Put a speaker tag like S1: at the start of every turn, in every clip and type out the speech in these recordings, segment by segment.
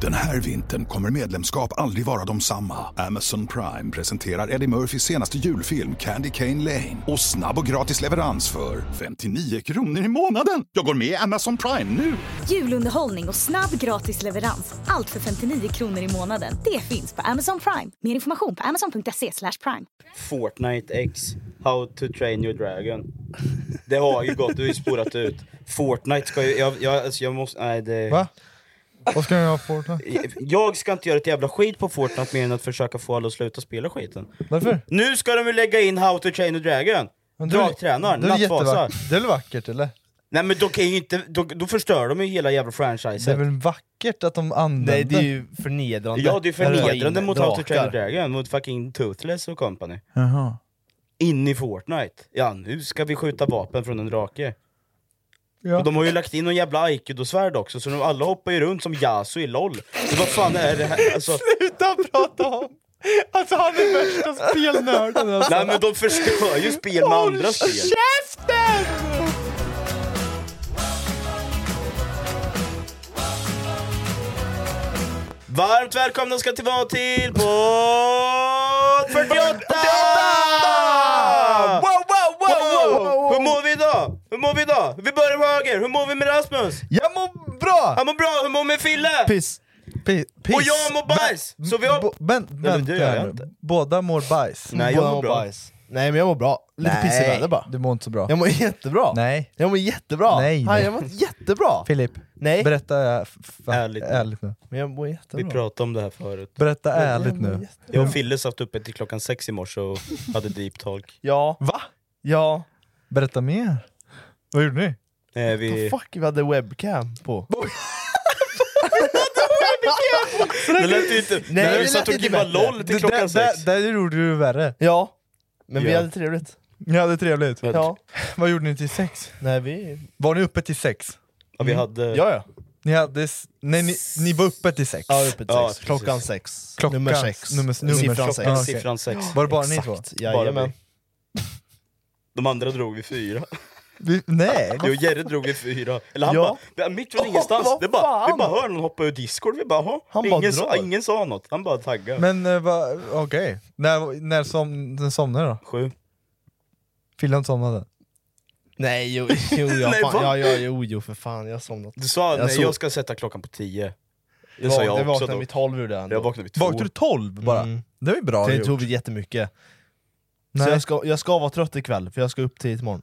S1: Den här vintern kommer medlemskap aldrig vara de samma. Amazon Prime presenterar Eddie Murphys senaste julfilm Candy Cane Lane. Och snabb och gratis leverans för 59 kronor i månaden. Jag går med i Amazon Prime nu!
S2: Julunderhållning och snabb gratis leverans. Allt för 59 kronor i månaden. Det finns på Amazon Prime. Mer information på amazon.se slash prime.
S3: Fortnite X, How to Train Your Dragon. Det har ju gått, du har ju spårat ut. Fortnite ska ju, jag, jag, alltså jag måste, nej det...
S4: Va? Vad ska jag ha för då?
S3: Jag ska inte göra ett jävla skit på Fortnite mer än att försöka få alla att sluta spela skiten.
S4: Varför?
S3: Nu ska de ju lägga in How to Train Your Dragon!
S4: Men det är-
S3: Dragtränaren,
S4: det är
S3: nattvasar.
S4: jättevackert. Det är väl vackert eller?
S3: Nej men då kan ju inte, då, då förstör de ju hela
S4: Det
S3: jävla
S4: är
S3: franchisen.
S4: väl vackert att de använder...
S5: Nej det är ju förnedrande.
S3: Ja det är förnedrande
S5: Ta in
S3: mot How to Train Your
S5: drakar.
S3: Dragon, mot fucking Toothless och company.
S4: Jaha.
S3: In i Fortnite. Ja nu ska vi skjuta vapen från en drake.
S4: Ja.
S3: Och de har ju lagt in någon jävla aikido-svärd också, så de alla hoppar ju runt som Yasuo i LOL. Så vad fan är det här? Alltså,
S5: Sluta prata om! Alltså han är värsta spelnörden alltså.
S3: nej men de förstör ju spel med andra spel.
S5: Käften!
S3: Varmt välkomna ska till vara till podd 48!
S5: Wow, wow, wow, wow, wow,
S3: Hur mår vi idag? Hur mår vi idag? Vi börjar med höger, hur mår vi med Rasmus?
S4: Jag mår bra!
S3: Han mår bra, hur mår vi med Fille?
S4: Piss. Pi- piss.
S3: Och jag mår bajs! Så vi har...
S4: Bo- men,
S3: men det
S4: vänta
S3: gör jag
S4: här nu.
S3: inte.
S4: Båda mår bajs.
S3: Nej jag mår bra.
S5: Bajs. Nej men jag mår bra. Lite pissig väder bara.
S4: Du mår inte så bra.
S5: Jag mår jättebra.
S4: Nej.
S5: Jag mår jättebra.
S4: Nej, nej.
S5: Fan, jag mår jättebra.
S4: Filip,
S5: Nej.
S4: berätta eh, f- f-
S3: Ärligt.
S4: ärligt nu.
S5: Men jag mår jättebra.
S3: Vi pratade om det här förut.
S4: Berätta
S5: Jag
S4: ärligt
S5: mår
S4: nu.
S5: jätte-
S3: Jag och Fille satt uppe till klockan sex i morse och hade deep talk.
S5: Ja.
S4: Va?
S5: Ja.
S4: Berätta mer. Vad gjorde ni?
S3: Eh,
S5: Vad
S3: vi...
S5: fuck, vi hade webcam på.
S3: Det lät ju inte...
S5: Nej,
S3: Nej,
S5: det
S3: vi satt och
S5: lät inte
S3: gibbade
S5: bättre.
S3: LOL
S4: Det-
S3: till klockan
S4: det-
S3: sex.
S4: det- Där gjorde du värre.
S5: Ja. Men vi
S3: Ja.
S5: hade trevligt.
S4: Ni hade trevligt.
S5: Ja.
S4: Vad gjorde ni till sex?
S5: Nej vi...
S4: Var ni uppe till sex?
S3: Ja, vi hade...
S5: Ja ja.
S4: Ni, hade, s- nej, ni, ni var uppe till sex?
S5: Ja, uppe till
S3: Ja,
S5: sex.
S3: precis.
S5: Klockan sex.
S4: Klockan-
S5: nummer sex.
S4: nummer- nummer-
S5: Siffran
S4: klockan
S5: sex.
S3: Klockan,
S4: Ja, okej.
S3: siffran sex.
S4: Var det bara ni två?
S5: Exakt. Jajamän.
S3: De andra drog vi fyra.
S4: Vi, nej,
S3: Jag och Jerry drog vi fyra. Eller han
S5: Ja.
S3: bara, mitt från ingenstans.
S5: vad
S3: det är bara, vi
S5: fan.
S3: bara hör någon hoppa ur discord. Vi bara, "Jaha."
S5: Han bara
S3: ingen, sa,
S5: drar.
S3: ingen sa något. Han bara taggade.
S4: men eh, va- okej. När, när som, den somnade då?
S3: Sju.
S4: Fillan somnade?
S5: Nej jo, jo, ja,
S3: Nej,
S5: fan,
S3: va?
S5: ja, ja, jo, jo för fan jag har somnat.
S3: Du sa,
S5: Jag
S3: jag, nej,
S5: sov.
S3: jag ska sätta klockan på tio. Det sa
S5: det
S3: jag också
S5: vaknade
S3: då.
S5: vid tolv ur det ändå.
S3: Jag vaknade vid två.
S4: Vaknade du tolv bara?
S5: Mm.
S4: Det var ju bra
S5: Så jag
S4: gjort.
S5: tog jättemycket. Så
S4: Nej,
S5: jag ska, jag ska vara trött ikväll för jag ska upp tidigt imorgon.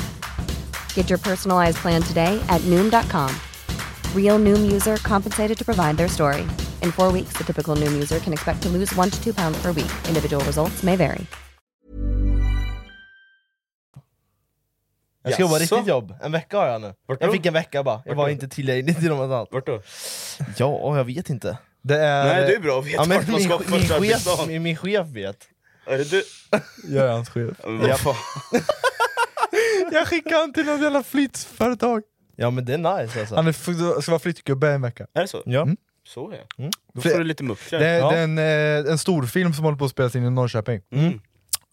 S6: Get your personalized plan today at Noom.com. Real Noom user compensated to provide their story. In four weeks, the typical Noom user can expect to lose one to two pounds per week. Individual results may vary.
S5: Jag ska jobba
S3: Jaså?
S5: riktigt jobb. En vecka har jag nu.
S3: Vart då?
S5: jag fick en vecka bara. Jag
S3: Vart
S5: var
S3: då?
S5: inte tillgänglig till något annat.
S3: vart då?
S5: Ja, jag vet inte.
S4: Det är...
S3: Nej, det är bra att veta
S5: Ja, men
S3: vart man
S5: min,
S3: ska
S5: min,
S3: första
S5: chef,
S3: arbetsdagen.
S5: min, min chef vet.
S3: Är det du?
S4: Jag är hans chef.
S3: Ja, men vad fan.
S4: Jag skickar han till något jävla flyttföretag.
S5: Ja men det är nice alltså.
S4: Han är, f- ska vara flyttgubbe en vecka.
S3: Är det så?
S5: Ja.
S4: Mm.
S3: Så ja.
S5: Mm.
S3: Då får du lite mucklar.
S4: Det är,
S5: Ja.
S4: det är en, eh, en stor film som håller på att spelas in i Norrköping.
S3: Mm.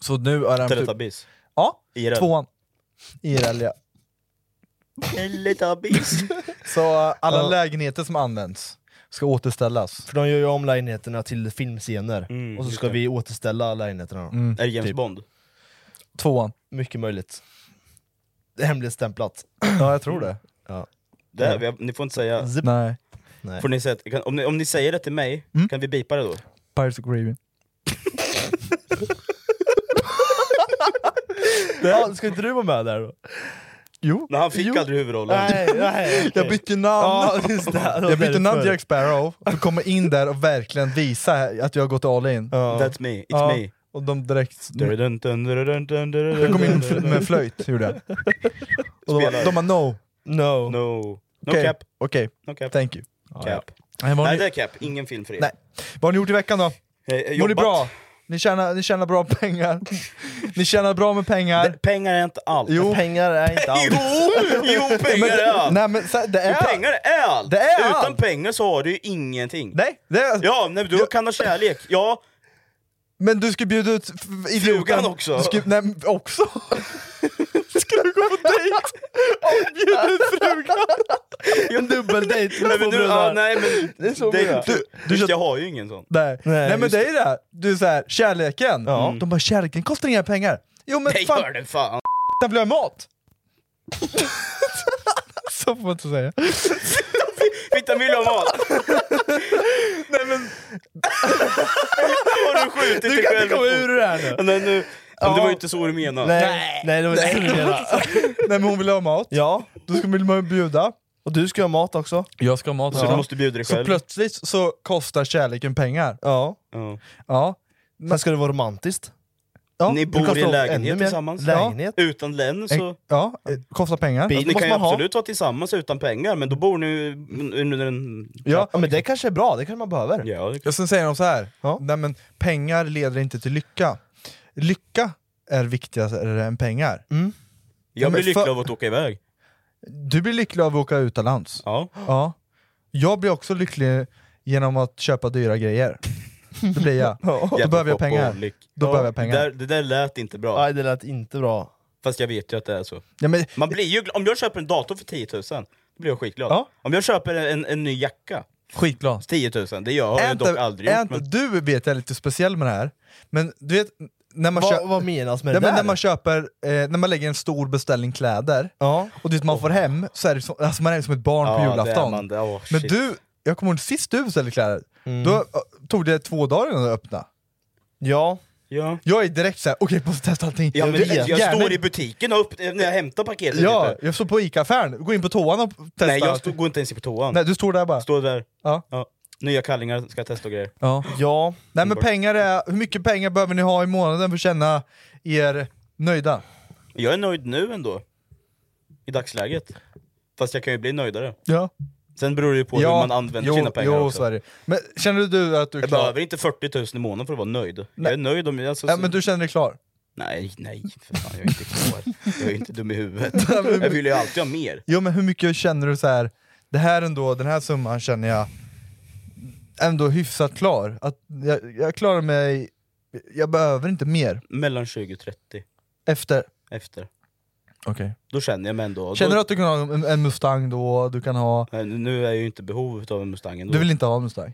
S4: Så nu är han...
S3: Teletubbies.
S4: Ja,
S3: IRL.
S4: tvåan. IRL ja.
S3: Teletubbies.
S4: Så eh, alla
S5: Ja.
S4: lägenheter som används ska återställas.
S5: För de gör ju om lägenheterna till filmscener,
S4: Mm,
S5: och så
S4: just
S5: ska
S4: det.
S5: vi återställa lägenheterna. då.
S4: Mm. Är det James
S3: Bond?
S4: Tvåan.
S5: Mycket möjligt. Det är hemligstämplat.
S4: Ja, jag tror det.
S5: Ja.
S3: Där, vi har, ni får inte säga...
S4: Nej.
S5: Nej.
S3: Får ni säga kan, om, ni, om ni säger det till mig,
S4: Mm.
S3: kan vi bipa det då?
S4: Pirates of Caribbean.
S5: Ja, ska inte du vara med där då?
S4: Jo.
S3: Nej, han fick aldrig huvudrollen.
S5: Nej, nej, okej.
S4: Jag bytte namn!
S5: Ja, just det. Det var
S4: jag bytte namn
S5: därför.
S4: till Jack Sparrow, för att komma in där och verkligen visa att jag har gått all in.
S3: That's me, it's
S4: Ja,
S3: me.
S4: Och de direkt... Jag
S3: Jag
S4: kom in fl- med flöjt, gjorde jag. Och de,
S3: Spelar.
S4: de bara no.
S3: No.
S5: No.
S3: No
S4: Okej,
S3: cap.
S4: okej.
S3: No cap.
S4: Thank you.
S3: Cap.
S4: Nej, vad har
S3: Nej,
S4: ni-
S3: det är cap. Ingen film för er.
S4: Nej. Vad har ni gjort i veckan då?
S3: Eh, eh,
S4: Mår ni
S3: jobbat.
S4: bra? Ni tjänar, ni tjänar bra pengar. ni tjänar bra med pengar.
S3: pengar är inte allt.
S4: Jo.
S5: Pengar är inte allt.
S3: Jo, jo pengar
S4: Men-
S3: är allt!
S4: Nej, men, så- det är
S3: Jo, pengar är allt!
S4: Det är
S3: Utan
S4: allt.
S3: pengar så har du ju ingenting.
S4: Nej, det är,
S3: Ja, nej, du kan ha kärlek. Ja,
S4: Men du ska bjuda ut f- idioten.
S3: Frugan också.
S4: Du ska, nej, men också. ska du gå på dejt och bjuda ut frugan?
S5: En dubbeldejt
S3: nej
S5: med
S3: men,
S5: två
S3: nu, ja,
S5: brudar.
S3: nej, men
S5: Det är så vi gör.
S3: du,
S4: du-
S3: just, jag har ju ingen sån.
S4: Nej, nej, men
S5: just
S4: det är ju det. Du är såhär, kärleken. De bara, kärleken kostar inga pengar. Jo men
S3: Nej,
S4: fan,
S3: gör det fan.
S4: den blir mat. Så får man inte säga.
S3: Fittan vill ha mat. nej men... har du skjutit dig
S5: Du kan inte
S3: själv?
S5: komma ur det här nu.
S3: Nej, nu. Men det var ju inte så du menade.
S5: Nej, nej det var inte så du menade.
S4: Nej men hon vill ha mat.
S5: Ja,
S4: Då ska man bjuda.
S5: och du ska ha mat också.
S4: Jag ska ha mat.
S3: Så du måste bjuda dig
S4: Så
S3: själv.
S4: plötsligt så kostar kärleken pengar.
S5: Ja.
S3: ja.
S4: Ja.
S5: Sen ska det vara romantiskt.
S4: ja.
S3: Ni
S5: det
S3: bor
S5: kostar
S3: i en
S5: ännu
S3: lägenhet
S5: mer.
S3: tillsammans.
S5: Lägenhet.
S3: Ja. Utan län så...
S4: Ja, eh, kostar pengar.
S5: Bil
S3: Ni
S5: Alltså, måste
S3: kan ju
S5: man ha.
S3: absolut vara tillsammans utan pengar, men då bor ni ju under en...
S5: Ja. men det kanske är bra, det kanske man behöver.
S3: Ja, det kan...
S4: Och sen säger de så här.
S5: Ja.
S4: Nej men pengar leder inte till lycka. Lycka är viktigare än pengar.
S3: Jag blir
S4: men för-
S3: lycklig av att åka iväg.
S4: Du blir lycklig av att åka utomlands.
S3: Ja.
S4: Ja. Jag blir också lycklig genom att köpa dyra grejer. Det blir jag. Då behöver jag pengar.
S3: Jävla
S4: Då
S5: Ja,
S4: behöver jag
S3: Det
S4: pengar.
S3: där, det där lät inte bra,
S5: Nej, det lät inte bra.
S3: fast jag vet ju att det är så.
S4: Ja, men,
S3: Man blir ju, gl- om jag köper en dator för 10 000, då blir jag skitglad.
S4: Ja.
S3: Om jag köper en, en ny jacka,
S4: skitglad.
S3: 10 000, det gör jag ju dock aldrig
S4: är
S3: gjort.
S4: inte-
S3: Men,
S4: Du vet jag är lite speciell med det här. Men du vet, när man,
S5: Vad,
S4: köper-
S5: vad menas med
S4: Nej,
S5: det
S4: men
S5: där?
S4: när man köper, eh, när man lägger en stor beställning kläder,
S5: Ja.
S4: och du vet, man får hem, så är det som, alltså man är som ett barn
S3: Ja,
S4: på
S3: det är
S4: julafton.
S3: man. Det- åh,
S4: men
S3: shit. Mm.
S4: du, jag kommer ihåg sist du beställde kläder, då eh, tog det två dagar innan du öppnade.
S5: Ja.
S3: ja.
S4: Jag är direkt såhär, okej måste testa allting.
S3: Ja, men
S4: Du-
S3: jag, jag
S4: gärna-
S3: står i butiken och upp, när jag hämtar paketet.
S4: Ja,
S3: typ.
S4: jag står på ICA-affären, gå in på toan och testa.
S3: Nej, jag
S4: allting.
S3: stod, går inte ens på toan.
S4: Nej du står där bara.
S3: Står där,
S4: Ja.
S3: ja. nya kallingar ska jag testa och grejer.
S4: Ja.
S5: Ja.
S4: Nej men pengar är, hur mycket pengar behöver ni ha i månaden för att känna er nöjda?
S3: Jag är nöjd nu ändå. I dagsläget. Fast jag kan ju bli nöjdare.
S4: Ja.
S3: Sen beror det ju på hur man använder
S4: jo,
S3: sina pengar
S4: jo,
S3: också.
S4: så är det. Men känner du att du är
S3: Jag
S4: klar?
S3: behöver inte 40 000 i månaden för att vara nöjd. Jag
S4: Nej.
S3: är nöjd om... Alltså,
S4: Ja,
S3: så-
S4: men du känner dig klar?
S3: Nej, nej, för fan, jag är inte klar. Jag är inte dum i huvudet. Jag vill ju alltid ha mer.
S4: Jo men hur mycket känner du så här? det här ändå, den här summan känner jag ändå hyfsat klar. Att jag, jag klarar mig, jag behöver inte mer
S3: Mellan 20 och 30
S4: efter.
S3: efter.
S4: Okay.
S3: Då känner jag mig ändå...
S4: Känner du
S3: då,
S4: att du kan ha en, en Mustang då, du kan ha...
S3: Nej, Nu är jag ju inte i behov av en Mustang ändå.
S4: Du vill inte ha en Mustang?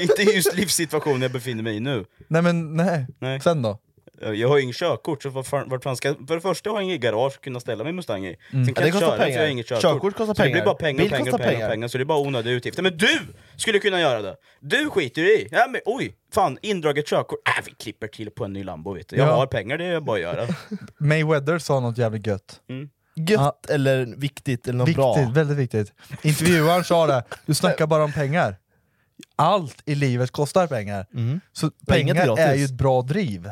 S3: Inte i just livssituationen jag befinner mig i nu.
S4: Nej men nej,
S3: Nej.
S4: sen då?
S3: Jag har ju inget körkort, så vad fan- vart fan ska... För det första har jag inget garage att kunna ställa min Mustang i. Sen kan
S5: Mm. det
S3: jag
S5: kostar
S3: köra, för jag har
S5: pengar.
S3: inget körkort.
S5: Körkort kostar
S3: så det blir
S5: pengar.
S3: bara pengar,
S5: Bil
S3: pengar,
S5: kostar
S3: pengar, pengar,
S5: pengar.
S3: pengar, så det är bara onödiga utgifter. Men du skulle kunna göra det! Du skiter ju i! Ja, men, oj, fan, indraget körkort. Äh, vi klipper till på en ny Lambo vet du. Jag
S4: Ja.
S3: har pengar, det är bara att göra.
S4: Mayweather sa något jävligt gött.
S3: Mm.
S5: Gött eller viktigt eller något bra.
S4: Viktigt, väldigt viktigt. Intervjuaren sa det, du snackar bara om pengar. Allt i livet kostar pengar.
S3: Mm.
S4: Så
S5: Pengar är
S4: pengar är
S5: gratis.
S4: ju ett bra driv.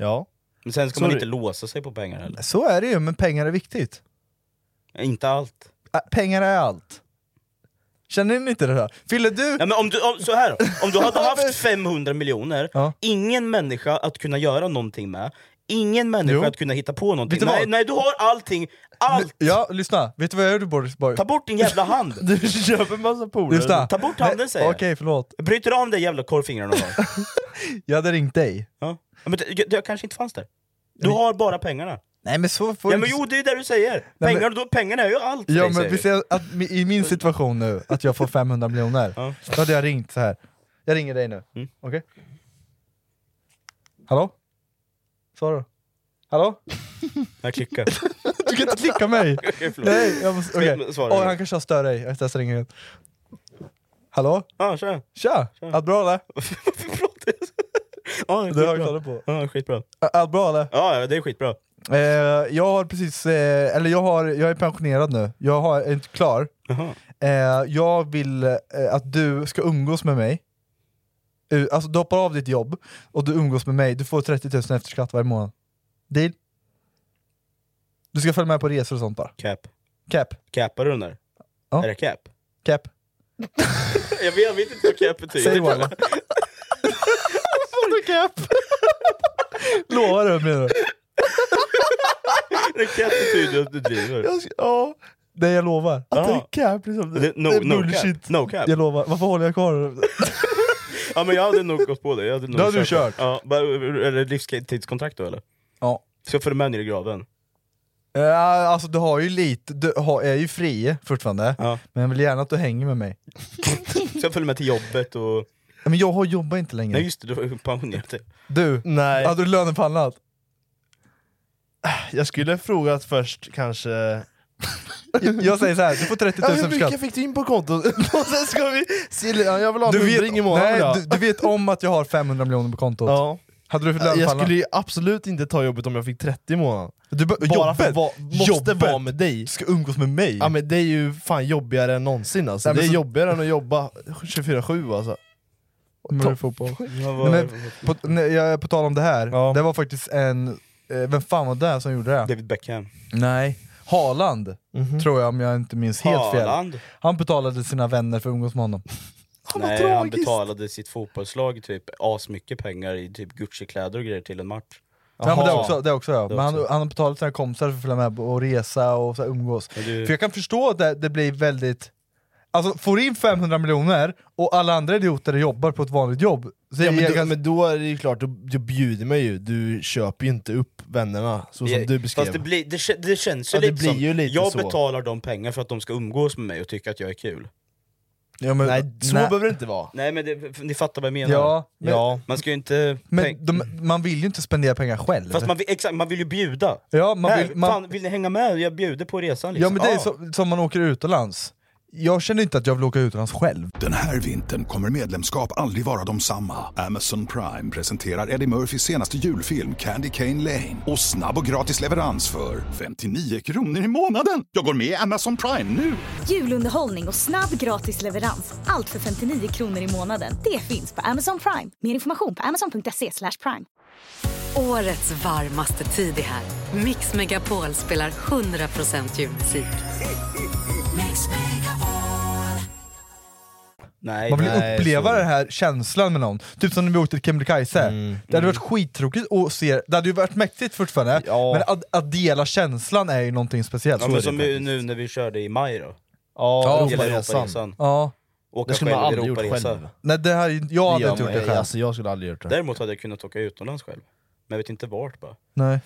S5: Ja.
S3: Men sen ska man
S5: Sorry.
S3: inte låsa sig på pengar heller.
S4: Så är det ju, men pengar är viktigt.
S3: Inte allt.
S4: Ä, Pengar är allt. Känner ni inte det här? Fille du...
S3: Ja, men om du, om, så här, då. om du hade haft 500 miljoner,
S4: Ja.
S3: ingen människa att kunna göra någonting med, ingen människa
S4: Jo.
S3: att kunna hitta på någonting.
S4: Vet du vad?
S3: Nej, nej, du har allting, allt!
S4: Ja, lyssna. Vet du vad jag gjorde Boris Borg?
S3: Ta bort din jävla hand!
S5: Du köper massa polare.
S4: Lyssna.
S3: Ta bort handen
S4: Nej,
S3: säger jag.
S4: Okej, förlåt.
S3: Bryter av de där jävla korvfingrarna då.
S4: Jag hade ringt dig.
S3: Ja. Ja, Men det, jag kanske inte fanns där. Du har bara pengarna.
S4: Nej men så får
S3: Ja
S4: du
S3: men
S4: inte-
S3: jo, det är det du säger!
S4: men-
S3: Pengar, då, pengarna är ju allt för
S4: Ja
S3: dig,
S4: men
S3: säger
S4: vi
S3: du.
S4: säger att mi- i min situation nu, att jag får 500 miljoner, då hade jag ringt så här. Jag ringer dig nu,
S3: Mm.
S4: okej? Hallå? Svarar du? Hallå?
S3: Jag klickar.
S4: Du kan inte klicka mig!
S3: Okej, förlåt.
S4: Nej, jag måste... Okej.
S3: Men, svarar
S4: Åh,
S3: du.
S4: han kanske har stör dig, jag testar ringa igen. Hallå?
S3: Ja, tja!
S4: Tja! Allt bra eller?
S3: Ja,
S4: Det
S3: skitbra.
S4: har jag klarat på.
S3: Ja, skitbra.
S4: Allt bra eller?
S3: Ja, ja, det är skitbra.
S4: Eh, jag har precis, eh, eller jag, har, jag är pensionerad nu, jag har, är inte klar. Eh, jag vill eh, att du ska umgås med mig. Eh, Alltså du hoppar av ditt jobb och du umgås med mig, du får 30 000 efter skatt varje månad. Deal? Du ska följa med på resor och sånt bara.
S3: Cap.
S4: Cap.
S3: Capar du den där?
S4: Ja.
S3: Är det cap?
S4: Cap.
S3: Jag vet, jag vet inte vad cap betyder.
S4: Säg Walla.
S7: Vadå cap?
S4: Lovar du menar du?
S3: Det cap betyder att du driver.
S4: Jag ska- Ja, nej jag lovar. Att
S3: Ja.
S4: det är cap liksom.
S3: Det- no-
S4: det är
S3: no cap.
S4: bullshit.
S3: No cap.
S4: Jag lovar. Varför håller jag kvar?
S3: Ja men jag hade nog gått på det. Jag hade nog
S4: Då hade du kört.
S3: Ja, bara- eller livstidskontrakt då eller?
S4: Ja.
S3: Ska jag följa med ner i graven?
S4: Eh, Alltså du har ju lite, du har, är ju fri fortfarande, men jag vill gärna att du hänger med mig.
S3: Ska jag följa med till jobbet och...
S4: Men jag har jobbar inte längre.
S3: Nej just det, du har ju pensionerat dig.
S4: Du,
S5: Nej.
S4: hade du lönepannat?
S5: Jag skulle frågat först kanske...
S4: Jag, jag säger så här, du får 30 000
S5: ja, Hur
S4: för skatt.
S5: mycket fick du in på kontot? Och sen ska vi... se- ja, Jag vill ha en
S4: Du
S5: hundring i
S4: vet,
S5: månaden
S4: nej,
S5: idag.
S4: du, du vet om att jag har 500 miljoner på kontot?
S5: Ja.
S4: Hade du fått
S5: Jag
S4: lönepannat?
S5: skulle ju absolut inte ta jobbet om jag fick 30 i månaden.
S4: Du bara
S5: Bara för
S4: jobbet,
S5: att vara- måste
S4: jobbet.
S5: vara med dig.
S4: ska umgås med mig?
S5: Ja men det är ju fan jobbigare än någonsin alltså.
S4: Nej, men
S5: det är
S4: så-
S5: jobbigare än att jobba 24-7 alltså.
S4: Men det är fotboll. Nej, men, på, nej, jag, på tal om det här, det var faktiskt en, eh, vem fan var det som gjorde det?
S3: David Beckham.
S4: Nej, Haaland tror jag om jag inte minns helt fel.
S3: Mhm. Haaland?
S4: Han betalade sina vänner för att umgås med honom.
S3: Nej, han betalade sitt fotbollslag typ asmycket pengar i typ Gucci-kläder och grejer till en match.
S4: Ja, men det också, det också ja.
S3: Det
S4: men han,
S3: också.
S4: han har betalat sina kompisar för att följa med och resa och så här, umgås.
S3: Men du-
S4: För jag kan förstå att det, det blir väldigt... Alltså får du in 500 miljoner och alla andra idioter jobbar på ett vanligt jobb, så
S5: Ja, men,
S4: jag
S5: då,
S4: kan...
S5: men då är det ju klart, du, du bjuder mig ju, du köper ju inte upp vännerna så som
S3: Ja,
S5: du beskrev.
S3: Fast det, blir, det, kä- det känns ju,
S5: Ja, det
S3: lite,
S5: blir
S3: som,
S5: ju lite
S3: jag
S5: så.
S3: betalar dem pengar för att de ska umgås med mig och tycka att jag är kul.
S4: Ja, men,
S5: Nej, så
S4: nej.
S5: behöver det inte vara.
S3: Nej men det, ni fattar vad jag menar.
S4: Ja, men-
S5: Ja.
S3: Man ska ju inte...
S4: men
S3: tänk-
S4: de, man vill ju inte spendera pengar själv.
S3: Fast man vill, exakt, man vill ju bjuda.
S4: Ja, man
S3: Här,
S4: vill- man-
S3: fan, vill ni hänga med? Jag bjuder på resan
S4: Ja
S3: liksom.
S4: men det är
S3: Ah.
S4: så, som man åker utomlands. Jag känner inte att jag vill åka utomlands själv.
S1: Den här vintern kommer medlemskap aldrig vara de samma. Amazon Prime presenterar Eddie Murphys senaste julfilm Candy Cane Lane. Och snabb och gratis leverans för 59 kronor i månaden. Jag går med i Amazon Prime nu!
S2: Julunderhållning och snabb gratis leverans. Allt för 59 kronor i månaden. Det finns på Amazon Prime. Mer information på amazon.se slash prime.
S8: Årets varmaste tid är här. Mix Megapol spelar 100% julmusik.
S3: Nej,
S4: Man vill
S3: nej,
S4: uppleva
S3: så-
S4: den här känslan med någon. Typ som när vi åkte till Kebnekaise. Det hade varit skittråkigt att se, det hade ju varit mäktigt fortfarande, men att, att dela känslan är ju någonting speciellt. Så
S3: Ja,
S4: är
S3: men
S4: det
S3: som
S4: faktiskt.
S3: ju nu när vi körde i maj då.
S5: Ja,
S3: Hela
S5: Europaresan.
S3: Europaresan.
S4: ja.
S3: Åka
S5: Det skulle man
S3: själv
S5: aldrig gjort
S3: Europaresa.
S5: själv.
S4: Nej, det här, jag hade
S5: gör
S4: inte gjort
S5: man-
S4: det själv.
S5: Alltså, jag skulle aldrig gjort det.
S3: Däremot hade jag kunnat åka utomlands själv. Men jag vet inte vart bara.
S4: Nej.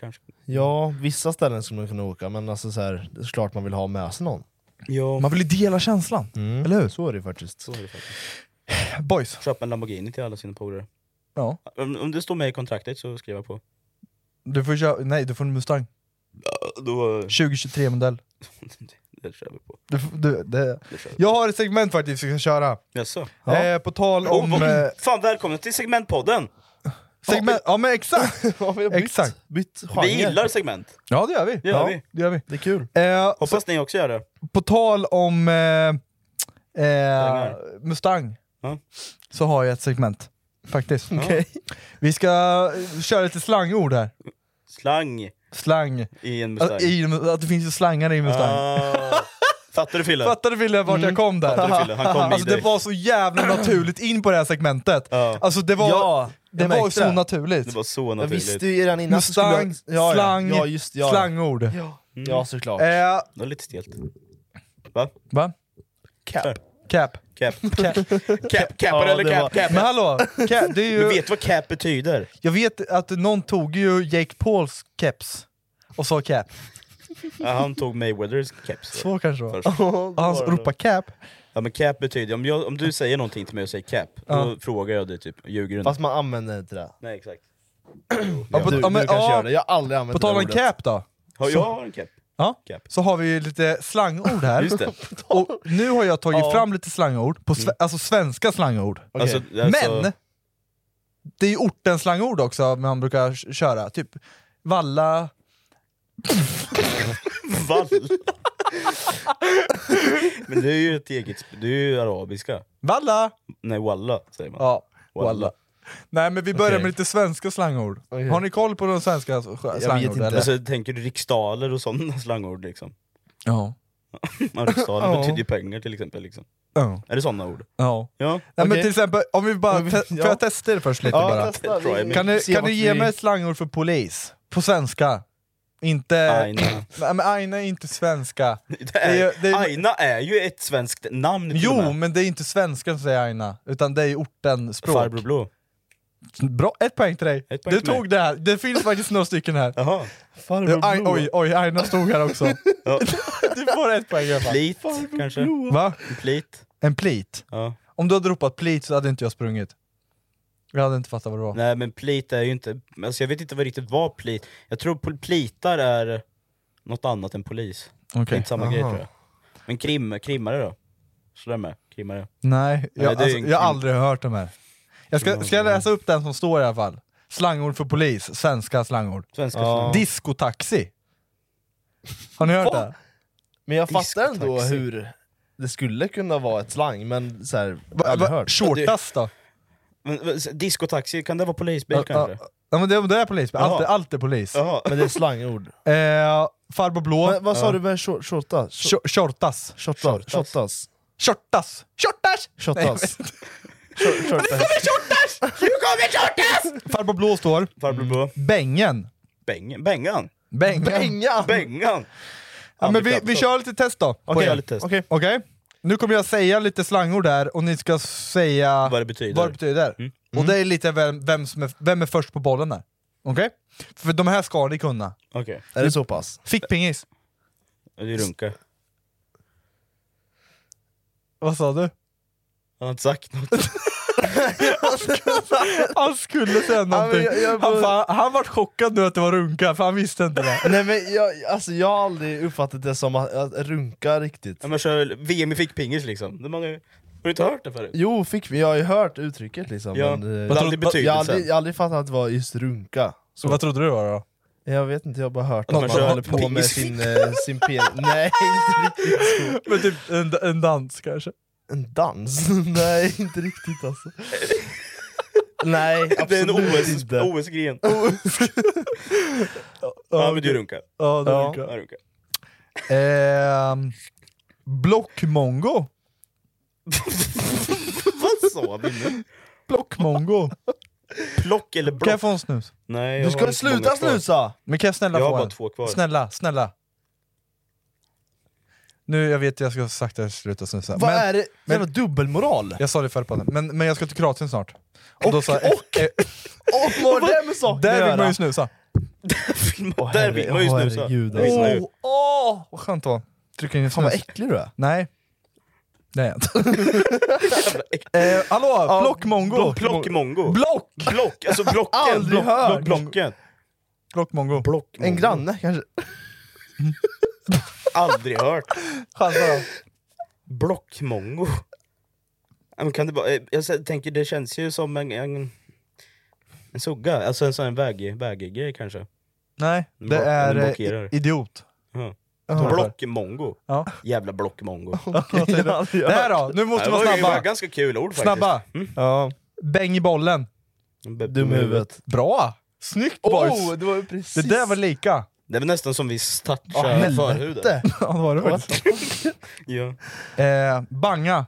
S3: Kanske.
S5: Ja, vissa ställen skulle man kunna åka, men alltså så här, det är klart man vill ha med sig någon.
S3: Ja.
S4: Man vill ju dela känslan, eller hur?
S5: Så är det faktiskt.
S3: Så är det faktiskt.
S4: Boys.
S3: Köpa en Lamborghini till alla sina polare.
S4: Ja.
S3: Om, om det står med i kontraktet så skriver jag på.
S4: Du får köra, nej du får en Mustang.
S3: Då...
S4: 2023 modell.
S3: Det kör vi på.
S4: Du, får- du, det.
S3: Det kör vi.
S4: Jag har ett segment faktiskt vi ska köra.
S3: Jaså?
S4: Eh, på tal
S3: Oh,
S4: om...
S3: vad-
S4: eh,
S3: Fan välkomna till segmentpodden!
S4: segment, ja men exakt! exakt.
S5: Bytt
S3: Vi
S5: genre.
S3: gillar segment.
S4: Ja det gör vi.
S3: Det gör
S4: ja,
S3: vi.
S4: Det gör vi.
S5: Det är kul.
S4: Eh, så,
S3: Hoppas ni också gör det.
S4: på tal om eh, eh,
S3: Pengar.
S4: Mustang,
S3: Ja.
S4: så har jag ett segment. Faktiskt.
S5: Okej.
S4: Vi ska eh, köra lite slangord här.
S3: Slang
S4: Slang.
S3: i en Mustang.
S4: Att, i, att det finns ju slangar i Mustang.
S3: Ah. Fattar du Fille?
S4: Fattar du Wille vart jag kom där?
S3: Fattar du, Fille? Han kom i
S4: alltså det
S3: direkt.
S4: var så jävla naturligt in på det här segmentet.
S3: Ja.
S4: Alltså det var,
S5: Ja,
S4: det
S5: jag
S4: var
S5: märkte
S4: så
S5: det.
S4: naturligt.
S3: Det var så
S5: Jag
S3: naturligt.
S5: visste ju redan innan... så skulle
S4: Mustang,
S5: jag- ja, ja.
S4: slang,
S5: ja, just, ja, ja.
S4: slangord.
S5: Ja, såklart.
S4: Eh,
S3: Det var lite stelt. Va?
S4: va?
S5: cap.
S4: Cap.
S3: Cap.
S4: Cap.
S3: Cap, capper eller cap, capper?
S4: Men hallå, cap, det är ju...
S3: Men vet du vad cap betyder?
S4: Jag vet att någon tog ju Jake Pauls keps och sa cap.
S3: Ja, han tog Mayweathers caps.
S4: Så kanske det var.
S3: Först.
S4: Och han ropade cap.
S3: Ja men cap betyder, om, jag, om du säger någonting till mig och säger cap, då frågar jag dig typ, ljuger du
S5: Fast man använder inte det.
S3: Nej exakt.
S4: Ja, på-
S5: du,
S4: ja, men-
S5: du kanske
S4: ja.
S5: gör det, jag har aldrig använt
S4: På tal
S5: det
S4: om
S5: ordet.
S4: cap då.
S3: Har
S4: Så-
S3: jag har en cap?
S4: Ja, så har vi ju lite slangord här.
S3: Just det.
S4: Och nu har jag tagit
S3: Ja.
S4: fram lite slangord, på sve- alltså svenska slangord.
S3: Alltså, alltså-
S4: Men! Det är ju ortens slangord också man brukar k- köra, typ valla...
S3: Vall. Men det är ju ett eget, sp- det är ju arabiska.
S4: Valla!
S3: Nej walla säger man.
S4: Ja, walla. Nej men vi börjar med lite svenska slangord. Har ni koll på de svenska s-
S3: Jag vet
S4: slangord
S3: inte.
S4: eller?
S3: Alltså, tänker du riksdaler och sådana slangord liksom?
S4: Ja.
S3: Ja, riksdaler
S4: Ja.
S3: betyder ju pengar till exempel. Liksom.
S4: Ja.
S3: Är det sådana ord?
S4: Ja.
S3: Ja.
S4: Nej, men
S3: Okej.
S4: till exempel, om vi bara,
S3: Om vi-
S4: te-
S3: ja.
S4: får jag testa det först lite
S3: Ja,
S4: bara?
S3: testa. Vi-
S4: Kan du,
S3: se
S4: kan
S3: vart
S4: du ge
S3: vi-
S4: mig ett slangord för polis? På svenska? Inte...
S3: Aina.
S4: Nej men aina är inte svenska.
S3: Det är,
S4: ju- det är-
S3: Aina är ju ett svenskt namn till och
S4: Jo,
S3: med.
S4: men det är inte svenskar som säger aina, utan det är ju orten språk.
S3: Farbror Blå.
S4: Bra, ett poäng till dig.
S3: poäng
S4: du
S3: till mig.
S4: tog det här, det finns faktiskt några stycken här.
S3: Jaha.
S4: Du, aj,
S5: Blå.
S4: oj, oj, aina stod här också.
S3: Ja.
S4: Du får ett poäng i alla fall.
S3: Plit kanske?
S4: Va?
S3: En Plit?
S4: En plit?
S3: Ja.
S4: Om du hade ropat plit så hade inte jag sprungit. Jag hade inte fattat vad det var.
S3: Nej men plit är ju inte, alltså jag vet inte vad riktigt vad plit, jag tror pol- plitar är något annat än polis.
S4: Okej.
S3: Det är inte samma
S4: Aha.
S3: grej tror jag. Men krim, krimmare då? Sådär med, krimmare.
S4: Nej, jag,
S3: Nej, det är
S4: alltså,
S3: en-
S4: jag har aldrig hört de här. Jag ska, ska jag läsa upp den som står i alla fall? Slangord för polis, svenska slangord.
S3: Svenska
S5: slangord.
S4: Discotaxi. Har ni hört det?
S5: Men jag fattar ändå
S4: Disktaxi.
S5: hur det skulle kunna vara ett slang, men så här, jag har
S4: va-
S5: aldrig hört.
S4: shortast då?
S3: Men, men, s- Diskotaxi, kan det vara polisbil kanske?
S4: Ja men det, det är polis,
S3: Jaha.
S4: allt, är- allt är polis.
S3: Jaha.
S5: Men det är slangord.
S4: Eh, farbror blå.
S5: Men, vad sa
S4: Ja.
S5: du med shor- shorta? Shor-
S4: Tjo- Tjortas.
S5: Shortar? Shortas?
S4: Tjortas! Tjortas! Nej, jag
S5: Shortas?
S4: vet inte.
S5: Shor- Shortas?
S4: Nu kommer Tjortas! Farbror blå står.
S3: Farbror Blå?
S4: Bängen.
S3: Bäng, bängan?
S4: Bängen.
S5: Bengan!
S3: Bängan!
S4: Ja, men vi, vi kör lite test då.
S3: Okej,
S4: Okej.
S3: lite test.
S5: Okej.
S4: Okej? Nu kommer jag säga lite slangord där och ni ska säga
S3: Vad det betyder. Mm.
S4: vad det betyder. Och det är lite vem, vem, som är, vem är först på bollen där. Okej? För de här ska ni kunna.
S3: Okej,
S5: Är det så pass?
S4: Fickpingis.
S3: det är runka.
S4: Vad sa du?
S3: Han har inte sagt något.
S4: Han skulle säga någonting.
S5: jag- jag-
S4: Han, fan, han var chockad nu att det var runka, för han visste inte det.
S5: Nej men jag, alltså, jag har aldrig uppfattat det som att, att runka riktigt.
S3: Ja, man kör VM i fickpingis liksom. Det Man, har ju- har du inte hört det förut?
S5: Jo, fick vi, jag har ju hört uttrycket liksom.
S3: Ja,
S5: men,
S3: men
S5: eh,
S3: det har aldrig betydelsen.
S5: jag, har aldrig, jag har aldrig fattat att det var just runka.
S4: Så vad trodde du det var då?
S5: Jag vet inte, jag har bara hört
S3: Att
S5: att
S3: man
S5: man
S3: kör
S5: håller på med
S3: pingis.
S5: sin, eh, sin penis. Nej, inte riktigt så.
S4: Men typ en, en dans kanske?
S5: En dans? Nej, inte riktigt alltså. Nej, absolut
S3: Det är en OS,
S5: inte.
S3: OS-gren. ja men det är runka.
S4: Ja, det är
S3: Ja,
S4: runka.
S3: runka.
S4: Ehm, blockmongo.
S3: Vad sa vi nu?
S4: Blockmongo.
S3: Plock eller
S4: Kan
S3: block?
S4: jag få en snus?
S3: Nej, jag
S5: Du
S3: har
S5: ska
S3: inte många
S5: sluta
S3: kvar.
S5: snusa!
S4: Men kan jag snälla
S3: Jag har
S4: få
S3: bara
S4: en?
S3: två kvar.
S4: Snälla, snälla. Nu, jag vet jag ska sakta sluta snusa.
S5: Vad
S4: men,
S5: är det? Jävla dubbelmoral!
S4: Jag sa det förra podden, men, men jag ska till Kroatien snart. Och, då sa jag,
S5: och- Och vad har det med saker
S4: där
S5: att
S4: vill man ju
S5: göra?
S4: snusa.
S3: Där vill man ju
S5: Åh,
S3: snusa.
S5: herregud, alltså.
S3: Det vill man ju.
S4: Åh, åh, vad skönt det var. Trycka in i
S5: Fan vad
S4: snus.
S5: äcklig du är.
S4: Nej. Det är jag inte. eh, hallå, blockmongo.
S3: Block- Blockmongo.
S4: Block!
S3: Block, alltså blocken.
S5: Aldrig
S3: block,
S5: hört.
S3: Block, blocken.
S4: Blockmongo.
S5: En granne kanske?
S3: Aldrig hört.
S4: Chansa då.
S3: Blockmongo. Ja, men Kan det bara, eh, jag s- tänker, det känns ju som en, en, en sugga, alltså en sån här väg, väggrej kanske.
S4: Nej, det
S3: Block-
S4: är
S3: den
S4: eh,
S3: blockerar.
S4: idiot.
S3: Ja.
S4: Ja.
S3: Blockmongo.
S4: Ja.
S3: Jävla blockmongo.
S4: Vad säger du? Det här då, nu måste
S3: Det
S4: vi vara
S3: var ju var
S4: snabba.
S3: ganska kul ord faktiskt.
S4: Snabba.
S5: Ja.
S4: Bäng i bollen.
S3: B-
S5: Dum i huvudet.
S4: Bra! Snyggt
S3: Oh,
S4: boys!
S5: det var ju precis...
S4: Det där var lika.
S3: Det var nästan som vi
S5: Ja,
S3: touchade förhuden.
S5: helvete!
S4: Ja, det var det faktiskt.
S3: Ja.
S4: eh, banga.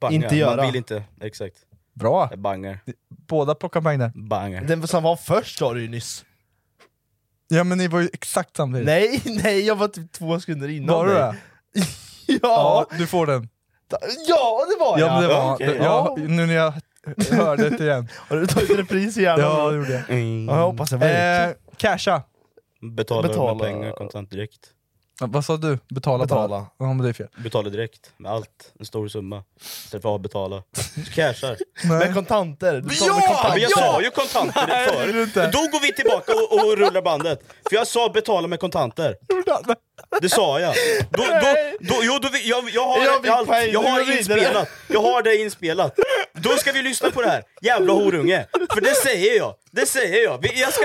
S3: Banga.
S5: Inte göra.
S3: Man vill inte, exakt.
S4: Bra.
S3: Jag bangar.
S4: Båda plockar poäng där.
S3: Bangar.
S5: Den som var först sa du ju nyss.
S4: Ja men ni var ju exakt samtidigt.
S5: Nej, nej, jag var typ två sekunder innan
S4: var du
S5: dig.
S4: det?
S5: Ja!
S4: Ja, du får den.
S5: Ja, det var jag!
S4: Ja, men det var, ja, nu när jag hörde det igen.
S5: Har du tagit repris i hjärnan?
S4: Ja, det gjorde jag.
S5: Ja, jag hoppas jag var
S4: eh, Casha.
S3: Betala,
S4: Betala-
S3: med pengar kontant direkt.
S4: Ja, Vad sa du? Betala. bara.
S3: Betala.
S4: Ja, men det är fel.
S3: Betala direkt, med allt. En stor summa. Istället för att betala. Du cashar.
S5: Med kontanter! Du tar
S3: Ja!
S5: med kontanter.
S3: Men jag sa ju kontanter
S5: Nej, det gjorde du
S3: förut.
S5: inte.
S3: Då går vi tillbaka och, och rullar bandet. För jag sa betala med kontanter. Det sa jag. Då, då, då, jo, då, vi- jag, jag har,
S5: Jag fick
S3: allt,
S5: poäng,
S3: jag
S5: nu går
S3: har
S5: vi
S3: inspelat.
S5: vidare.
S3: Jag har det inspelat. Då ska vi lyssna på det här. Jävla horunge. För det säger jag. Det säger jag. Vi- jag ska,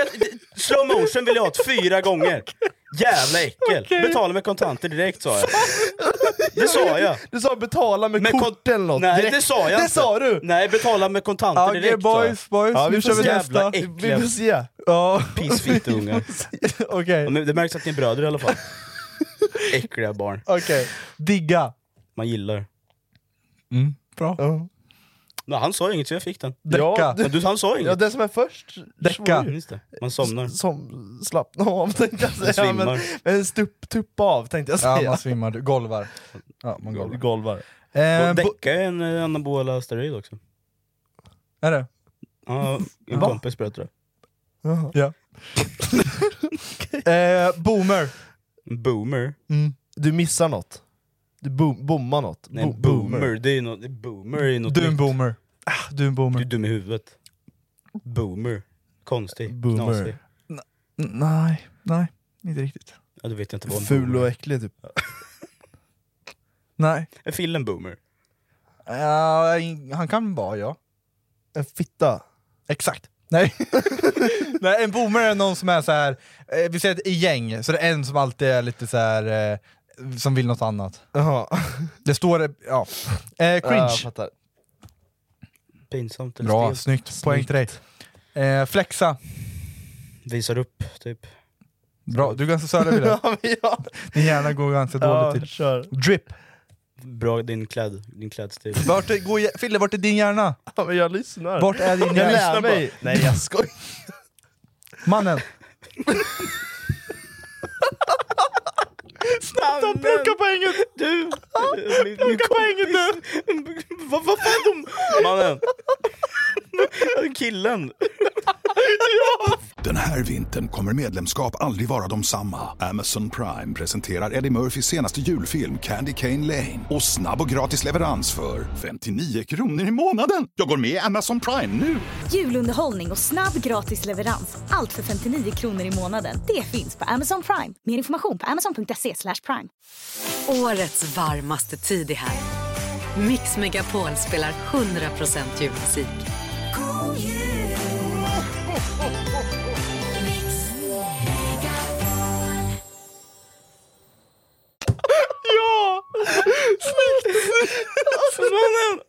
S3: slow motion vill jag ha fyra gånger. Jävla äckel. Betala med kontanter direkt sa jag. Det sa jag.
S5: Du sa betala med, kort eller något
S3: Nej
S5: direkt.
S3: det sa jag
S5: Det
S3: inte.
S5: sa du!
S3: Nej betala med kontanter
S4: Okej,
S3: direkt sa jag.
S4: boys, boys,
S3: Ja, vi
S4: nu
S3: får
S4: kör vi
S3: se.
S4: nästa.
S3: Jävla
S5: Vi
S3: äckliga
S5: får se.
S4: Ja,
S3: pissfitteungar.
S4: okej.
S3: Ja, men Det märks att ni är bröder i alla fall. Äckliga barn.
S4: Okej. Digga.
S3: Man gillar.
S4: Mm, bra.
S3: Nej, han sa inget så jag fick den.
S4: Däcka.
S3: Men du, han sa inget.
S5: Ja, den som är först
S4: Däcka.
S5: svor ju.
S3: Just det. Man somnar.
S5: Som slappna av tänkte jag säga.
S3: svimmar.
S5: Men, men stupp, tuppa av tänkte jag
S4: Ja,
S5: säga.
S4: man svimmar. du- Golvar. Ja, man golvar.
S5: Golvar.
S4: Eh,
S3: Och
S4: bo-
S3: Däcka är en eh, anabola steroid också.
S4: är det?
S3: Ja, en
S4: Va?
S3: kompis berättade
S4: Ja. eh, boomer.
S3: det. Boomer?
S5: Du missar något. Du boom, bommar något.
S3: Nej,
S5: Bo-
S3: boomer. Det är ju något, boomer är ju något
S4: Du är en
S3: nytt.
S4: boomer. Ah, du är en
S3: Du är
S4: boomer.
S3: dum i huvudet. Boomer. Konstig.
S5: Boomer.
S3: Knasig.
S4: N- Nej, nej. Inte riktigt.
S3: Ja, då vet jag inte vad en
S5: Ful
S3: boomer
S5: och
S3: är.
S5: äcklig typ.
S4: Nej.
S3: Är Phil en boomer?
S4: Ja, in- han kan vara ja.
S5: En fitta.
S4: Exakt. Nej. Nej, en boomer är någon som är så här. Eh, vi säger ett gäng, så det är en som alltid är lite så här. Eh, som vill något annat.
S5: Jaha.
S4: Det står, eh, ja. Eh,
S5: Ja,
S4: cringe.
S5: jag fattar.
S3: Pinsamt eller
S4: Bra,
S3: stelt?
S4: snyggt. Poäng till dig. Eh, flexa.
S3: Visar upp, typ.
S4: Bra, du är ganska sörlig vid det.
S5: Ja, men ja.
S4: Din hjärna går ganska
S5: ja,
S4: dåligt till.
S5: kör.
S4: Drip.
S3: Bra, din, kläd, din klädstil.
S4: Vart är, gå, i- Fille, vart är din hjärna?
S5: Ja, men jag lyssnar.
S4: Vart är din
S5: jag
S4: hjärna?
S5: lär mig. Nej jag skojar.
S4: Mannen.
S3: Sluta plocka poängen! Du! Min, plocka poängen nu! Vad vad fan de... Mannen! Killen!
S1: Den här vintern kommer medlemskap aldrig vara de samma. Amazon Prime presenterar Eddie Murphys senaste julfilm Candy Cane Lane. Och snabb och gratis leverans för 59 kronor i månaden. Jag går med i Amazon Prime nu!
S2: Julunderhållning och snabb gratis leverans. Allt för 59 kronor i månaden. Det finns på Amazon Prime. Mer information på amazon.se slash prime.
S8: Årets varmaste tid är här. Mix Megapol spelar 100% julmusik.
S5: Ja! Snyggt! Alltså mannen!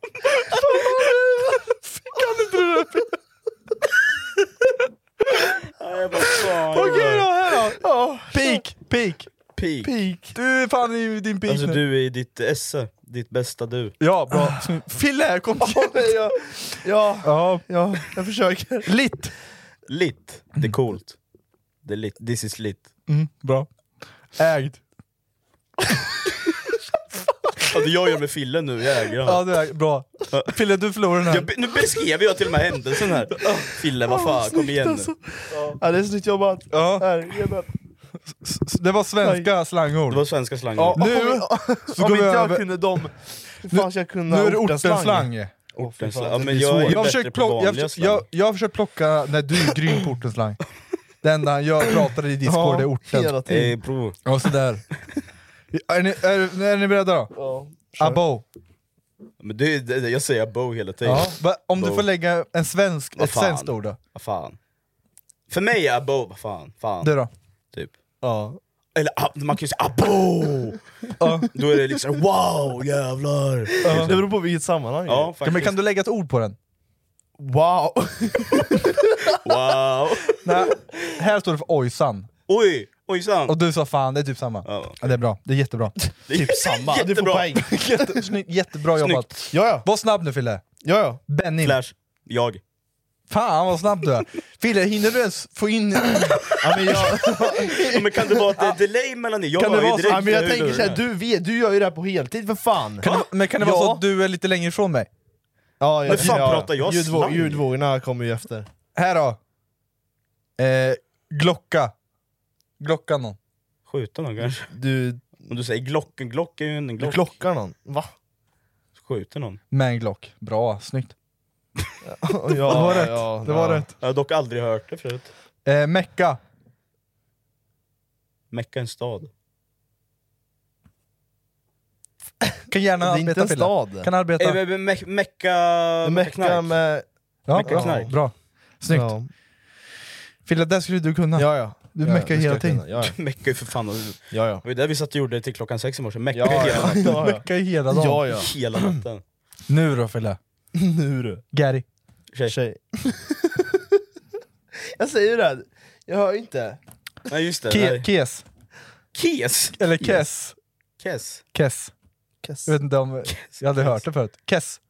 S5: Kan inte du det?
S3: Nej, vad fan.
S5: Okej då, här då! Ja.
S4: Peak, peak,
S3: Peak.
S4: peak. Du är fan i din peak
S3: Alltså
S4: nu.
S3: du är i ditt esse, ditt bästa du.
S4: Ja, bra. Snyggt. Fille, kom igen.
S5: Ja, ja,
S4: Ja.
S5: ja, jag försöker.
S4: Litt.
S3: Lit, det är coolt. Det är lit, this is lit.
S4: Mm, bra. Ägd.
S3: Alltså, jag gör med Fille nu, jag äger
S4: Ja,
S3: honom.
S4: det är bra. Fille, du förlorar den
S3: Jag,
S4: här.
S3: be- nu beskrev jag till och med händelsen här. Fille, vad fan, kom igen nu.
S5: Ja, det är snyggt jobbat.
S4: Ja,
S5: Här, ge mig.
S4: s- det var svenska slangord.
S3: Det var svenska slangen.
S5: Ja,
S4: Nu
S5: om,
S4: så
S5: om
S4: går vi
S5: inte
S4: över-
S5: jag kunde dem, hur fan ska jag
S4: Nu
S5: kunna
S4: är det
S5: ortenslang?
S4: ortenslang.
S3: Ortens
S5: fy fan,
S3: slang. Ja,
S5: det
S3: men
S5: blir
S3: jag är
S5: svårt.
S3: ju
S4: Jag har,
S3: bättre
S4: försökt
S3: på
S4: plocka, jag,
S3: vanliga
S4: har-
S3: slang.
S4: jag, jag har försökt plocka... Nej, du är grym på ortenslang. Det enda han gör, pratar i Discord,
S5: Ja,
S4: är orten.
S5: hela tiden.
S3: Eh, bro.
S4: Ja, sådär. Är ni, är, är ni beredda då?
S5: Ja.
S4: Abo.
S3: Men det, det, jag säger bo hela tiden.
S4: Ja. va- Om du
S3: Bo.
S4: får lägga en svensk,
S3: Vad
S4: ett
S3: fan.
S4: svenskt ord då.
S3: Vad fan. För mig är abo, vad fan, fan.
S4: Du då?
S3: Typ.
S5: Ja.
S3: Eller ab- man kan ju säga abo! Då är det liksom wow, jävlar!
S5: Det beror på vilket sammanhang.
S3: Ja,
S4: Ja, men
S3: faktiskt.
S4: kan du lägga ett ord på den?
S5: Wow!
S3: Wow!
S4: Nej, här står det för ojsan.
S3: Oj! Ojsan!
S4: Och du sa fan, det är typ samma.
S3: Ja.
S4: Ja, det är bra, det är jättebra.
S3: Det är typ samma.
S5: Du får
S3: Jättebra!
S5: poäng.
S4: Jätte, snyggt, jättebra jobbat.
S5: Ja, ja.
S4: Var snabb nu Fille.
S5: ja, ja.
S4: Benny.
S3: Flash, jag.
S4: Fan vad snabbt du är. Fille, hinner du ens få in... ja, men jag...
S3: Ja, men kan det vara att det är delay mellan er? Jag
S5: Kan
S3: var
S5: det
S3: ju
S5: vara så?
S3: direkt
S5: Ja, men jag
S3: ur
S5: tänker såhär,
S3: dörren.
S5: du, vet, du gör ju det här på heltid för fan!
S4: Kan det, men kan det vara
S5: Ja.
S4: så att du är lite längre ifrån mig?
S5: Ja,
S4: Men fan, pratar jag
S5: Ljudvå-
S4: slang?
S5: Ljudvågorna kommer ju efter.
S4: Här då. Eh, Glocka. Glocka någon.
S3: Skjuta någon kanske?
S5: Du...
S3: Om du säger glocken, glock är ju en glock.
S5: Klockar nån? Va?
S3: Skjuter någon.
S4: Man Glock. Bra, snyggt.
S5: Ja,
S4: det var rätt.
S5: ja,
S4: det var
S5: ja.
S4: rätt.
S3: Jag har dock aldrig hört det förut.
S4: Eh, Mecka.
S3: Mecka är en stad.
S4: Kan gärna
S5: Det är
S4: arbeta
S5: inte en
S4: Fille.
S5: stad.
S4: Kan arbeta.
S3: Eh, men- men me- Mecka...
S5: Mecka med...
S4: Ja,
S3: Mecka
S4: bra.
S3: knark.
S4: bra. Snyggt.
S5: Ja.
S4: Fille, där skulle du kunna.
S5: Ja, ja.
S4: Du
S5: ja,
S4: meckar
S5: det ska
S4: hela
S5: jag kunna.
S4: tiden.
S5: Ja, ja.
S3: Mecka är ju för fan... Det
S5: Ja, ja.
S3: var ju där vi satt och gjorde till klockan sex i morse. Mecka
S5: Ja,
S3: hela
S5: ja,
S3: natten.
S5: ja, ja.
S4: Mecka hela dagen.
S5: Ja, ja.
S3: Hela natten.
S4: Nu då Fille.
S5: Nu du.
S4: Gary.
S3: Tjej.
S5: Tjej. jag säger det, här. jag hör ju inte.
S3: Nej just det.
S4: Ke-
S3: nej.
S4: Kes.
S3: Kes!
S4: Eller Kes.
S3: Kes.
S4: Kes.
S5: Kess.
S4: Jag vet inte om... Jag har aldrig hört det förut. Kes.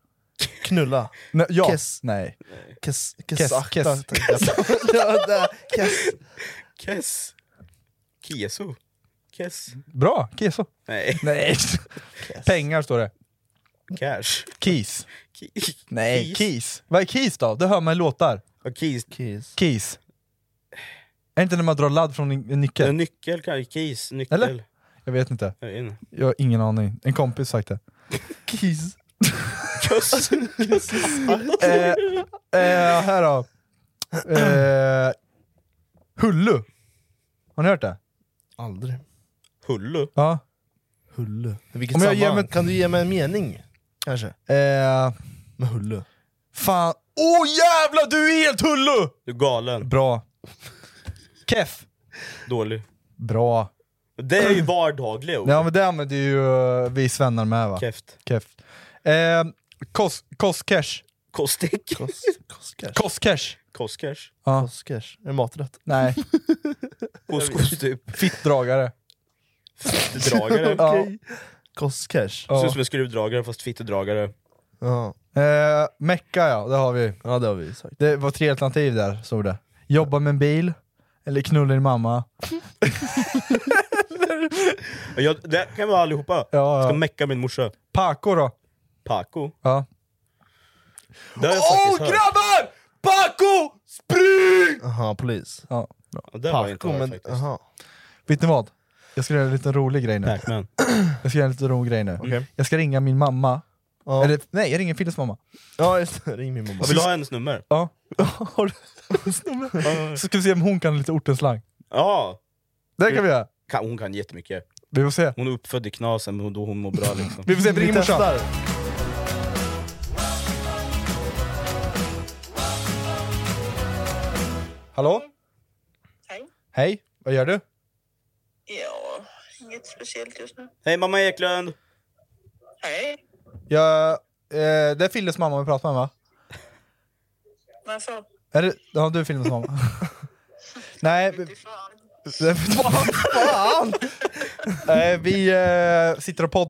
S5: Knulla.
S4: N- ja.
S5: Kes.
S4: Nej.
S5: Kess.
S4: Kes,
S5: Kessakta.
S4: kes.
S5: tänkte jag på. Ja, där. Kess.
S3: Kes. Keso. Kes.
S4: Bra, keso.
S3: Nej.
S4: Nej. Pengar står det.
S3: Cash.
S4: Keys.
S3: Ki-
S4: Nej,
S3: Keys.
S4: keys. Vad är keys då? Det hör man i låtar.
S3: Ja, Keys.
S5: Kiss.
S4: Keys. Är det inte när man drar ladd från en en
S3: Ja,
S4: nyckel?
S3: Nyckel kan Keys. Nyckel.
S4: Eller? Jag vet inte.
S3: Jag vet inte.
S4: Jag har ingen aning. En kompis sagt det.
S5: Kiss.
S3: Puss!
S4: eh, eh, här då. Eh, hullu. Har ni hört det?
S5: Aldrig.
S3: Hullu?
S4: Ja.
S5: Hulle. Vilket
S4: Om jag ger
S5: sammanhang?
S4: mig-
S5: Kan du ge mig en mening? Kanske?
S4: Eh,
S5: Med hulle.
S4: fan. Åh oh, jävlar, du är helt hullu!
S3: Du är galen.
S4: Bra. Keff.
S3: Dålig.
S4: Bra.
S3: Det är ju vardagliga ord.
S4: Ja men det använder ju eh, vi svennar med va?
S3: Keft.
S4: Keff. Eh, kos, koskesh.
S3: Kostik.
S5: Kos, koskers.
S4: Koskesh.
S3: Koskers.
S4: Ja.
S5: Koskers. Är det maträtt?
S4: Nej,
S3: Koskos typ.
S4: fittdragare.
S3: Dragare.
S4: Ja.
S5: Okej. Koskers.
S3: Ser ut som en skruvdragare fast fittedragare.
S5: Ja.
S4: Eh, Mecka ja, det har vi.
S5: ja, det har vi sagt.
S4: Det var tre alternativ där, stod det. Jobba med en bil, eller knulla din mamma.
S3: Ja, Jag, det kan vara allihopa.
S4: Ja, ja.
S3: Ska mecka min morsa.
S4: Paco då?
S3: Paco.
S4: Ja.
S3: Det har jag faktiskt hört.
S4: grabbar! Paco! Spring!
S5: Aha, polis.
S4: Ja, bra.
S3: Ja, Det har jag inte
S5: Paco,
S3: hört
S5: men...
S3: faktiskt.
S5: Aha.
S4: Vet ni vad? Jag ska göra en liten rolig grej nu.
S3: Pac-Man.
S4: Jag ska göra en liten rolig grej nu. Mm.
S5: Okej.
S4: Jag ska ringa min mamma.
S5: Ja.
S4: Eller, nej, jag ringer Filles mamma.
S5: ja, just det. Ring min mamma.
S3: Vill du ha hennes nummer?
S4: Ja. Så ska vi se om hon kan lite ortenslang.
S3: Ja.
S4: Det kan vi göra.
S3: Kan- Hon kan jättemycket.
S4: Vi får se.
S3: Hon är uppfödd i knasen men då hon mår bra liksom.
S4: Vi får se, vi ringer morsan.
S5: testar.
S4: Hallå?
S9: Hej.
S4: Hej, vad gör du?
S9: Ja, inget speciellt just nu.
S3: Hej mamma Eklund!
S9: Hej.
S4: Jag, eh, det är Filles mamma vi pratar med va?
S9: Alltså,
S4: Är det, ja, du är Filles mamma. Nej, vi-
S9: fy fan.
S4: vad fan! Eh, vi eh, sitter och poddar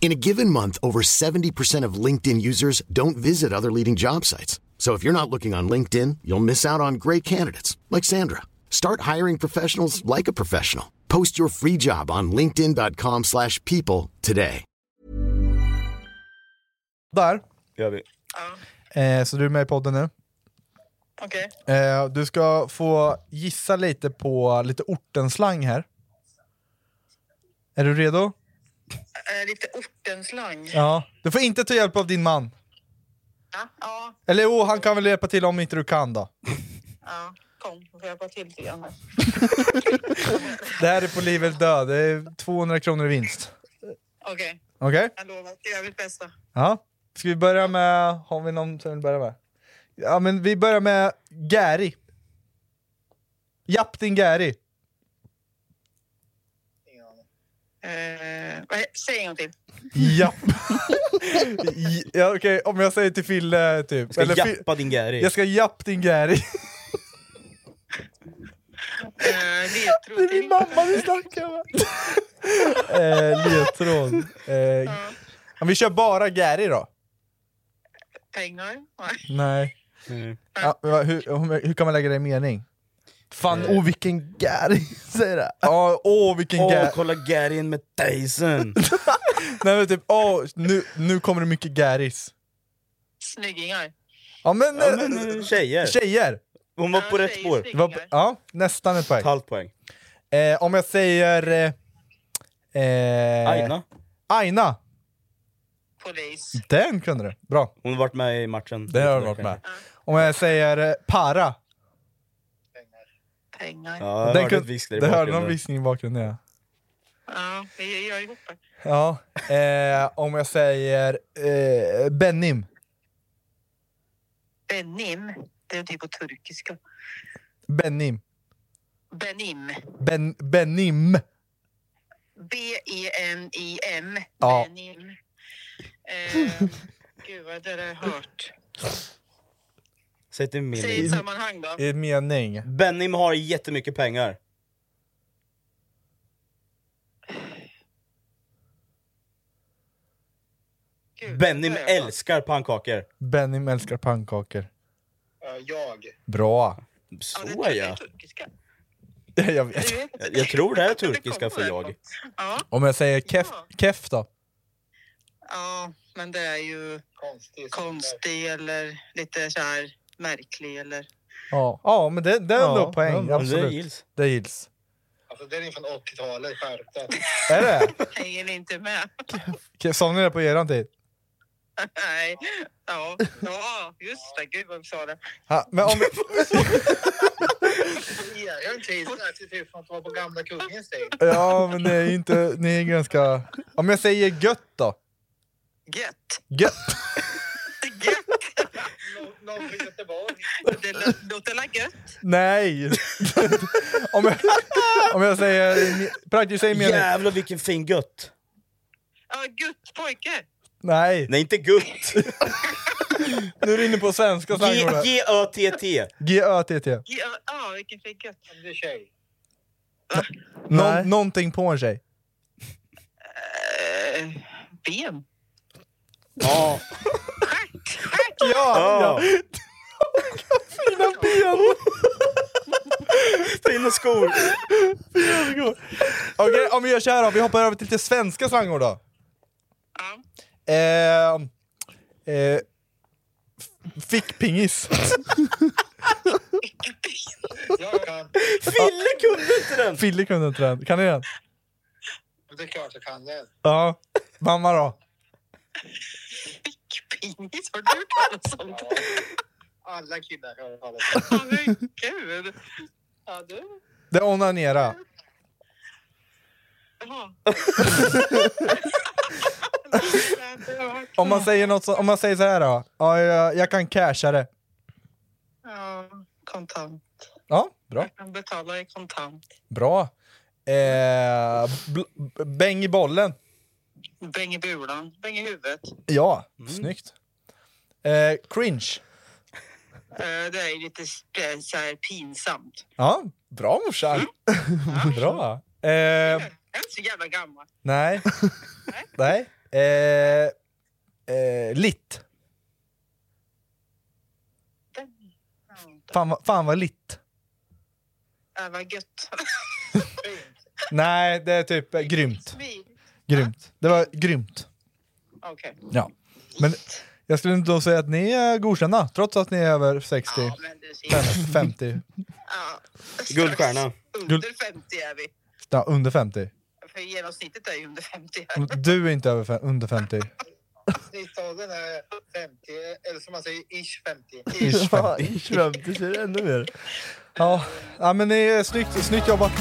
S10: In a given month, over 70% of LinkedIn users don't visit other leading job sites. So if you're not looking on LinkedIn, you'll miss out on great candidates like Sandra. Start hiring professionals like a professional. Post your free job on linkedin.com/people slash people today.
S4: där.
S3: Gör vi.
S4: Eh, så du är med i podden nu.
S9: Okej.
S4: Eh, du ska få gissa lite på lite ortenslang här. Är du redo?
S9: Eh, lite ortenslang.
S4: Ja. Du får inte ta hjälp av din man.
S9: Ja,
S4: Eller jo, han kan väl hjälpa till om inte du kan då.
S9: ja. Kom, får jag bara till lite grann här.
S4: Det här är på liv eller död. Det är 200 kronor i vinst.
S9: Okej.
S4: Okej?
S9: Jag lovar, jag gör mitt bästa.
S4: Ja. Ska vi börja med... Har vi någon som vill börja med? Ja, men vi börjar med Gary. Japp din Gary.
S9: Eh, vad he- säg en gång till.
S4: Japp. J- ja, Okej, om jag säger till Fille typ.
S3: Jag ska
S4: Eller Fi-
S3: jappa din Gary.
S4: Jag ska japp din Gary.
S9: Eh, Ledtråd till. Det är min
S4: mamma vi snackar med. eh, ledtråd. Eh, ja, Vi kör bara Gary då.
S9: Pengar? Nej.
S4: Nej.
S3: Mm.
S4: Ja, men vad- hur, hur, hur kan man lägga det i mening?
S3: Eh.
S4: Fan, åh vilken Gary! Säger det. Ja, åh vilken
S3: Åh,
S4: Gary!
S3: kolla Garyn med Dyson!
S4: Nej men typ, åh nu, nu kommer det mycket Garys.
S9: Snyggingar?
S4: Ja men,
S3: Ja, men, eh, tjejer.
S4: tjejer!
S3: Hon var på rätt spår.
S4: Det var, ja, nästan ett poäng. Ett
S3: halvt poäng.
S4: Eh, om jag säger... Eh, eh,
S3: Aina.
S4: Aina!
S9: Polis?
S4: Den kunde du, bra.
S3: Hon har varit med i matchen.
S4: Det har du varit med. Om jag säger eh, para.
S9: Pengar?
S3: Ja, jag
S4: Den
S3: hörde
S4: kun-
S3: ett visklar i
S4: det hörde
S3: bakgrunden.
S4: någon viskning i bakgrunden ja.
S9: Ja, vi gör ihop det.
S4: ja eh, om jag säger eh, Benim.
S9: Benim? Det är typ på turkiska.
S4: Benim.
S9: Benim?
S4: Ben, benim.
S9: E B-E-N-I-M?
S4: Ja.
S9: Benim? E. Eh, gud, vad det där har jag hört.
S3: Säg det i mening.
S9: Säg ett sammanhang då.
S4: I mening.
S3: Benim har jättemycket pengar. Benim älskar pannkakor.
S4: Benim älskar pannkakor.
S9: Jag.
S4: Bra.
S3: Så ja.
S4: Jag vet.
S3: Jag, jag tror det här är turkiska för jag.
S4: Om jag säger kef, kef då?
S9: Ja, men det är ju konstig, eller lite så här märklig eller...
S4: Ja, ja men det, det är ändå
S9: Ja,
S4: poäng.
S9: ja, men det
S4: absolut.
S9: gills.
S4: Det gills.
S9: Alltså den är från 80-talet, skärp
S4: Är det?
S9: Hänger inte med.
S4: Ke- Somnade ni det på eran tid?
S9: Nej. Ja, ja just det. Gud vad vi sa det.
S4: Ja, men om,
S9: Jag är inte gissat. Det ser ut som att vara på gamla kungens tid.
S4: ja, men det är ju inte... Ni är ganska... Om jag säger gött då? Gött? Gött!
S9: Någon från Göteborg. Det lå- låter la gött.
S4: Nej! om, jag, om jag säger... Praktiskt säger mening.
S3: Jävlar vilken fin gött!
S9: Ja, gutt pojke.
S4: Nej.
S3: Nej, inte gutt!
S4: nu är du inne på svenska
S3: G-
S4: slangord.
S3: G-Ö-T-T.
S4: G-Ö-T-T.
S9: Ja, ja, vilken fin gött. Du är tjej.
S4: Nå- någonting på en tjej.
S9: Eh, Ben.
S3: Ja.
S9: Stjärt!
S4: Ja! ja. Fina ben!
S3: Fina skor!
S4: Fina skor! Okej, om vi gör så här då. Vi hoppar över till lite svenska slangord då. Eh, eh, f- Fickpingis.
S9: Jag kan.
S3: Fille kunde inte den!
S4: Fille kunde inte den. Kan ni den?
S9: Det är klart jag kan den.
S4: Ja. Mamma då?
S9: Pingis, har du talat sånt? Alla killar har talat sånt. Ja, men gud. Ja, du.
S4: Det är onanera.
S9: Jaha.
S4: Om man säger något så, om man säger så här då. Ja, jag, jag kan casha det.
S9: Ja, kontant.
S4: Ja, bra.
S9: Jag betalar i kontant.
S4: Bra. Eh, bl- b- bäng i bollen.
S9: Bäng i bulan, bäng i huvudet.
S4: Ja, snyggt. Eh, cringe.
S9: Eh, Det är lite eh, så här pinsamt.
S4: Ja, bra morsan. bra. Eh,
S9: Jag är inte så jävla gammal.
S4: nej. nej. Eh, eh, litt. Fan, vad- fan vad litt.
S9: Äh, vad gött.
S4: Nej, det är typ eh, grymt.
S9: Smil.
S4: Grymt. Det var grymt.
S9: Okej.
S4: Ja. Men jag skulle inte då säga att ni är godkända, trots att ni är över 60. Fem- 50.
S3: Guldstjärna.
S9: Under 50 är vi.
S4: Ja, under 50.
S9: För genomsnittet är ju under 50 här.
S4: Du är inte över fe- under 50.
S9: Riksdagen är 50, eller som man säger, ish 50.
S4: Ish 50.
S5: Ish 50 så är det ännu mer.
S4: Ja, ja men det är snyggt, snyggt jobbat.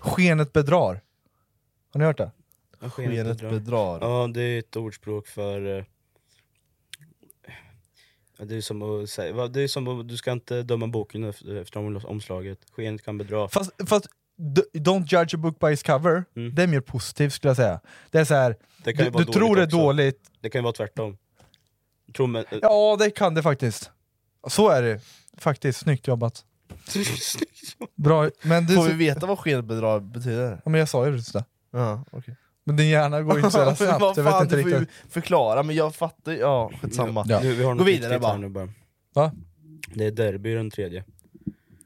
S4: Skenet bedrar. Har ni hört det?
S5: Skenet bedrar.
S3: Ja, det är ett ordspråk för... eh, ja, Det är som att säga, va, det är som att, du ska inte döma boken efter efter om- omslaget. Skenet kan bedra.
S4: Fast, fast d- don't judge a book by its cover,
S5: Mm.
S4: det är mer positivt skulle jag säga. Det är så här,
S3: Det kan
S4: du,
S3: ju vara
S4: du tror det är
S3: dåligt också.
S4: dåligt,
S3: Det kan ju vara tvärtom. Tror men,
S4: ja det kan det faktiskt. Så är det faktiskt, snyggt jobbat. Bra, men du,
S5: Får vi veta vad skenbedrag betyder?
S4: Ja, men jag sa ju just det.
S5: Ja, okej.
S4: Men din hjärna går ju inte så jävla snabbt,
S5: Vad
S4: jag vet
S5: fan,
S4: inte
S5: du får ju
S4: riktigt.
S5: Förklara, men jag fattar ju- Ja, skitsamma.
S4: Ja.
S3: Nu, vi har
S5: Gå
S3: något
S5: vidare
S3: viktigt
S5: bara.
S3: här nu bara.
S4: Va?
S3: Det är derby den tredje.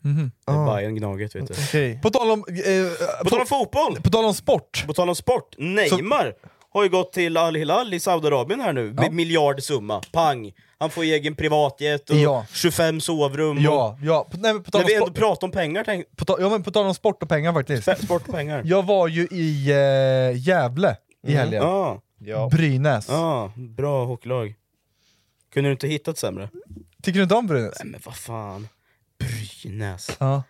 S4: Mhm.
S3: Det är
S4: Ah.
S3: Bayern Gnaget vet du.
S4: På tal om... Eh,
S3: På tal om fotboll!
S4: På tal om sport!
S3: På tal om sport, Neymar har ju gått till Al Hilal i Saudiarabien här nu, med miljardsumma. Pang! Han får egen privatjet och
S4: Ja.
S3: 25 sovrum.
S4: Ja,
S3: och...
S4: ja. På, nej, men på tal
S3: När
S4: om
S3: vi ändå
S4: sport-
S3: pratar om pengar, tänk...
S4: På, ta, ja, men på tal om sport och pengar faktiskt.
S3: Sport och pengar.
S4: Jag var ju i eh, Gävle i
S3: Mm.
S4: helgen.
S3: Ja. Ja.
S4: Brynäs.
S3: Ja, bra hockeylag. Kunde du inte hittat sämre?
S4: Tycker du inte om Brynäs?
S3: Nej men vad fan. Brynäs.
S4: Ja.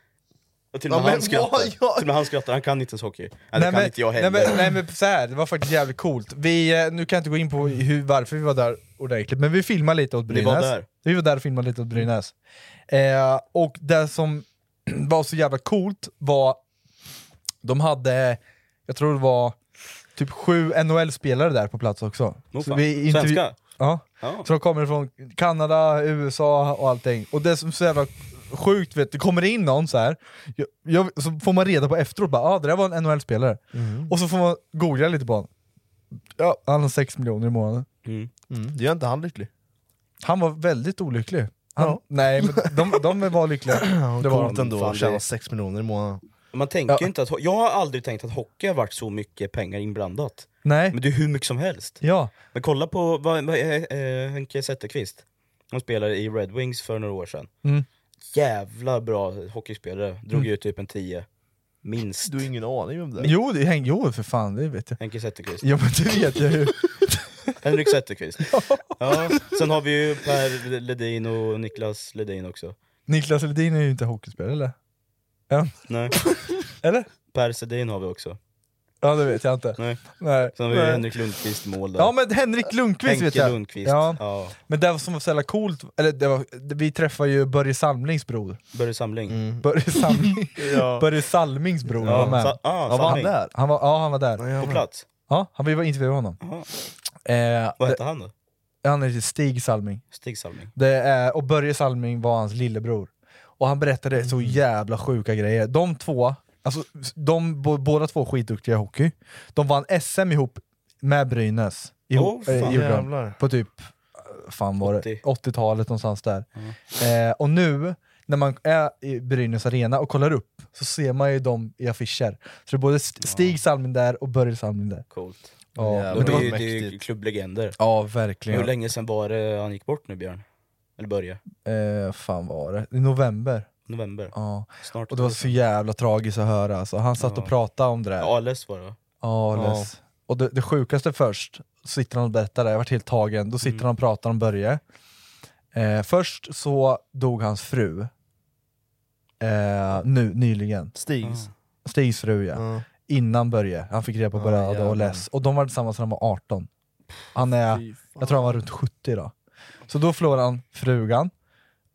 S3: Och till och med
S4: Ja, men
S3: han skrattar.
S4: vad- jag-
S3: Till och med han skrattar, han kan inte ens hockey. Nej, det kan
S4: men,
S3: inte jag
S4: nej,
S3: heller.
S4: men, nej men så här, det var faktiskt jävligt coolt. Vi, eh, nu kan jag inte gå in på hur, varför vi var där ordentligt, men vi filmade lite åt
S3: Ni
S4: Brynäs.
S3: var där?
S4: Vi var där och filmade lite åt Brynäs. Eh, och det som var så jävla coolt var, de hade, jag tror det var typ sju NHL-spelare där på plats också.
S3: Åh,
S4: Så
S3: fan.
S4: vi intervju-
S3: Svenska?
S4: Ja.
S3: Ja.
S4: Så de kommer från Kanada, USA och allting. Och det som är så jävla sjukt, vet, du, det kommer in någon så här. Jag, jag, så får man reda på efteråt, bara, ah, det där var en NHL-spelare. Och så får man googla lite på honom. Ja, han har 6 miljoner i månaden.
S5: Mm, det gör inte han lycklig.
S4: Han var väldigt olycklig. Han, Nej, men de, de var lyckliga.
S5: Det var coolt
S3: de.
S5: ändå
S3: Fan,
S5: att tjäna
S3: det-
S5: 6 miljoner i månaden.
S3: Man tänker ju inte att, ho- jag har aldrig tänkt att hockey har varit så mycket pengar inblandat.
S4: Nej.
S3: Men det är hur mycket som helst.
S4: Ja.
S3: Men kolla på vad, vad, eh, eh, Henke Zetterqvist. Han spelade i Red Wings för några år sedan.
S4: Mm.
S3: Jävla bra hockeyspelare, drog ju typ en 10. Minst.
S5: Du har ingen aning om det.
S4: Jo, det, häng, jo, för fan, det vet jag.
S3: Henke Zetterqvist.
S4: Ja, men det vet jag ju.
S3: Henrik Zetterqvist. ja. Sen har vi ju Per Ledin och Niklas Ledin också.
S4: Niklas Ledin är ju inte hockeyspelare, eller? Är han?
S3: Nej.
S4: Eller?
S3: Per Sedin har vi också.
S4: Ja, det vet jag inte.
S3: Nej.
S4: Nej.
S3: Sen har vi ju
S4: Nej.
S3: Henrik Lundqvist i mål där.
S4: Ja men Henrik Lundqvist
S3: Henke
S4: vet jag.
S3: Lundqvist,
S4: Ja.
S3: ja.
S4: Men det som var så jävla coolt, eller det var, vi träffade ju Börje Salmings bror.
S3: Börje Samling.
S4: Börje, Salming,
S3: Ja.
S4: Börje Salmings bror
S3: Ja,
S4: var med.
S3: Sa-
S4: ja, var
S3: ah,
S4: han
S3: Salming.
S4: där? Han var, ja han var där.
S3: På plats?
S4: Ja, han, vi var intervjuade honom. Eh,
S3: Vad hette han då?
S4: det- Han heter Stig Salming.
S3: Stig Salming.
S4: Det är, och Börje Salming var hans lillebror. Och han berättade
S3: Mm.
S4: så jävla sjuka grejer. De två, alltså de bo- båda två skitduktiga i hockey. De vann SM ihop med Brynäs. Ihop,
S5: Åh,
S4: eh,
S5: fan.
S4: gjorde de.
S5: Jävlar.
S4: på typ, eh, fan var det, 80-talet någonstans där. Eh, och nu, när man är i Brynäs arena och kollar upp, så ser man ju dem i affischer. Så det är både St- Stig Salming där och Börje Salming där.
S3: Coolt.
S4: Ja, men
S3: de
S4: det
S3: är
S4: var
S3: ju, det är ju klubblegender.
S4: Ja, verkligen.
S3: Hur länge sedan var det han gick bort nu Björn? Eller Börje?
S4: Eh, fan var det? I november.
S3: November?
S4: Ja.
S3: Snart
S4: och det var så jävla tragiskt att höra alltså. Han satt och pratade om det där.
S3: Ja, ALS var det va?
S4: Ja, Les. Och det, det sjukaste först, sitter han och berättar det, jag vart helt tagen. Då sitter han och pratar om Börje. Eh, först så dog hans fru. Eh, nu, nyligen.
S5: Stigs?
S4: Stigs fru ja. Innan Börje. Han fick reda på Börje hade ALS. Och de var tillsammans när han var 18. Han är, jag tror han var runt 70 då. Så då förlorade han frugan.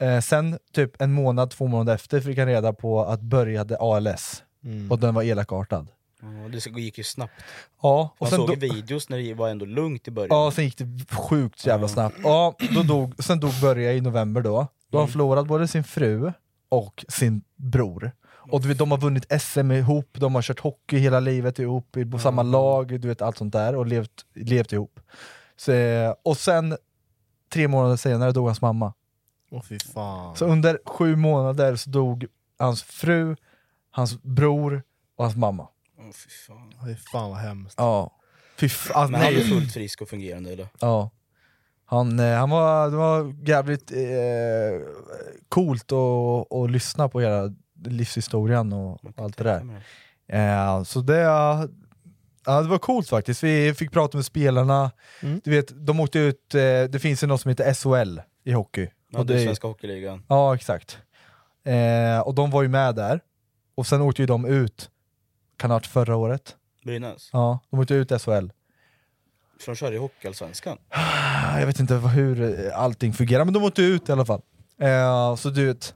S4: Eh, sen typ en månad, två månader efter fick han reda på att Börje hade ALS.
S3: Mm.
S4: Och den var elakartad.
S3: Ja, det så- gick ju snabbt.
S4: Ja, och
S3: Man
S4: sen
S3: såg
S4: då-
S3: i videos när det var ändå lugnt i början.
S4: Ja, sen gick det sjukt jävla snabbt. Ja, då dog, sen dog Börje i november då. Då har han förlorat både sin fru och sin bror. Och du vet, de har vunnit SM ihop, de har kört hockey hela livet ihop, i- på samma lag, du vet allt sånt där. Och levt, levt ihop. Så, eh, och sen, tre månader senare, dog hans mamma.
S5: Åh fy fan.
S4: Så under sju månader så dog hans fru, hans bror och hans mamma.
S3: Åh, Mm, fy fan.
S5: Fy fan vad hemskt.
S4: Ja. Fy fan,
S3: Men han är
S4: nej.
S3: fullt frisk och fungerande eller?
S4: Ja. Han, eh, han var, det var jävligt eh, coolt att, att lyssna på hela livshistorien och allt det där. Eh, så det, ja, det var coolt faktiskt. Vi fick prata med spelarna.
S3: Mm.
S4: Du vet, de åkte ut, eh, det finns ju något som heter SHL i hockey.
S3: Ja, det är Svenska Hockeyligan.
S4: Ja, exakt. Eh, och de var ju med där. Och sen åkte ju de ut, kan det ha varit förra året?
S3: Brynäs.
S4: Ja, de åkte ut SHL.
S3: För de kör i Hockeyallsvenskan.
S4: Ah, Jag vet inte vad- hur eh, allting fungerar, men de åkte ut i alla fall. Eh, så du vet,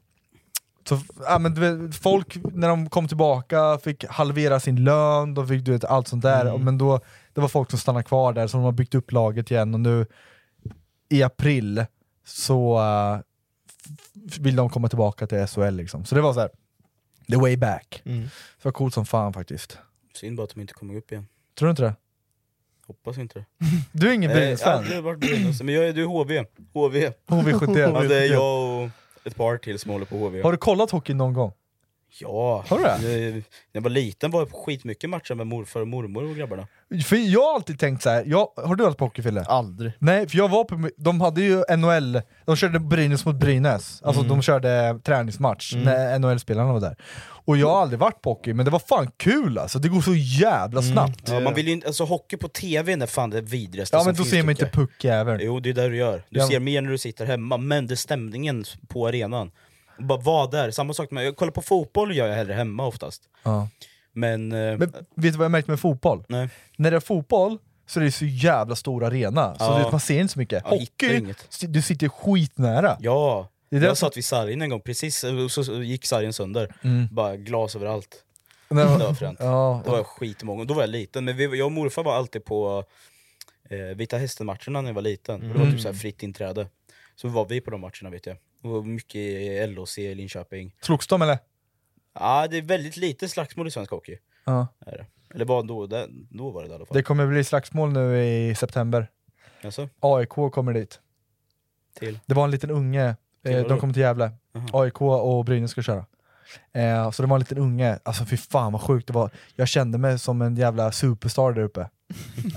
S4: så, ja, men du vet, folk när de kom tillbaka fick halvera sin lön, de fick du vet, allt sånt där.
S3: Mm.
S4: Men då, det var folk som stannade kvar där, så de har byggt upp laget igen och nu i april så eh, f- vill de komma tillbaka till SHL liksom. Så det var så här. the way back.
S3: Mm.
S4: Så det var coolt som fan faktiskt.
S3: Synd bara att de inte kommer upp igen.
S4: Tror du inte det?
S3: Hoppas inte det.
S4: Du är ingen
S3: Eh, Jag
S4: Brynäs-fan?
S3: har aldrig varit Brynäs, men jag är, du är HV. HV.
S4: HV71.
S3: Ja, det är jag och ett par till som håller på HV.
S4: Har du kollat hockey någon gång?
S3: Ja.
S4: Har du det?
S3: Jag- När jag var liten var jag på skitmycket matcher med morfar och mormor och grabbarna.
S4: För jag har alltid tänkt så här. Jag, har du varit på hockey Fille?
S5: Aldrig.
S4: Nej, för jag var på, de hade ju NHL, de körde Brynäs mot Brynäs, alltså
S5: Mm.
S4: de körde träningsmatch
S5: Mm.
S4: när NHL-spelarna var där. Och jag
S3: Mm.
S4: har aldrig varit på hockey, men det var fan kul alltså, det går så jävla snabbt.
S3: Mm. Ja, man vill ju inte, alltså hockey på TV är fan det vidrigaste
S4: Eh. Ja
S3: som
S4: men då
S3: finns,
S4: ser man
S3: tycker
S4: inte
S3: jag.
S4: puckjäveln.
S3: Jo, det är det du gör. Du
S4: Ja.
S3: ser mer när du sitter hemma, men det är stämningen på arenan. Bara vara där, samma sak med... Jag kollar på fotboll gör jag hellre hemma oftast.
S4: Ja.
S3: Men... eh,
S4: Men vet du vad jag märkt med fotboll? När det är fotboll så är det så jävla stor arena, så
S3: Ja.
S4: du vet, man ser inte så mycket.
S3: Ja, hittar
S4: hockey,
S3: inget.
S4: du sitter skitnära.
S3: Ja,
S4: Det är
S3: jag
S4: därför-
S3: satt vid sargen en gång, precis, eh, och så så gick sargen sönder.
S4: Mm.
S3: Bara glas överallt.
S4: Men-
S3: det var fränt.
S4: Ja.
S3: Det var skitmånga, då var jag liten. Men vi, jag och morfar var alltid på eh, Vita Hästen-matcherna när jag var liten. Och Det var
S5: Mm.
S3: typ så här fritt inträde. Så var vi på de matcherna vet jag. Det var mycket i LHC i Linköping.
S4: Slogs de eller?
S3: Ja, det är väldigt lite slagsmål i svensk hockey.
S4: Ja.
S3: Är det. Eller var då, det, då var det i alla fall.
S4: Det kommer bli slagsmål nu i september.
S3: Alltså,
S4: AIK kommer dit.
S3: till.
S4: Det var en liten unge,
S3: Till
S4: eh,
S3: vadå?
S4: de kom till Gävle. AIK och Brynäs ska köra. Eh, så det var en liten unge, alltså fy fan vad sjukt det var. Jag kände mig som en jävla superstar där uppe.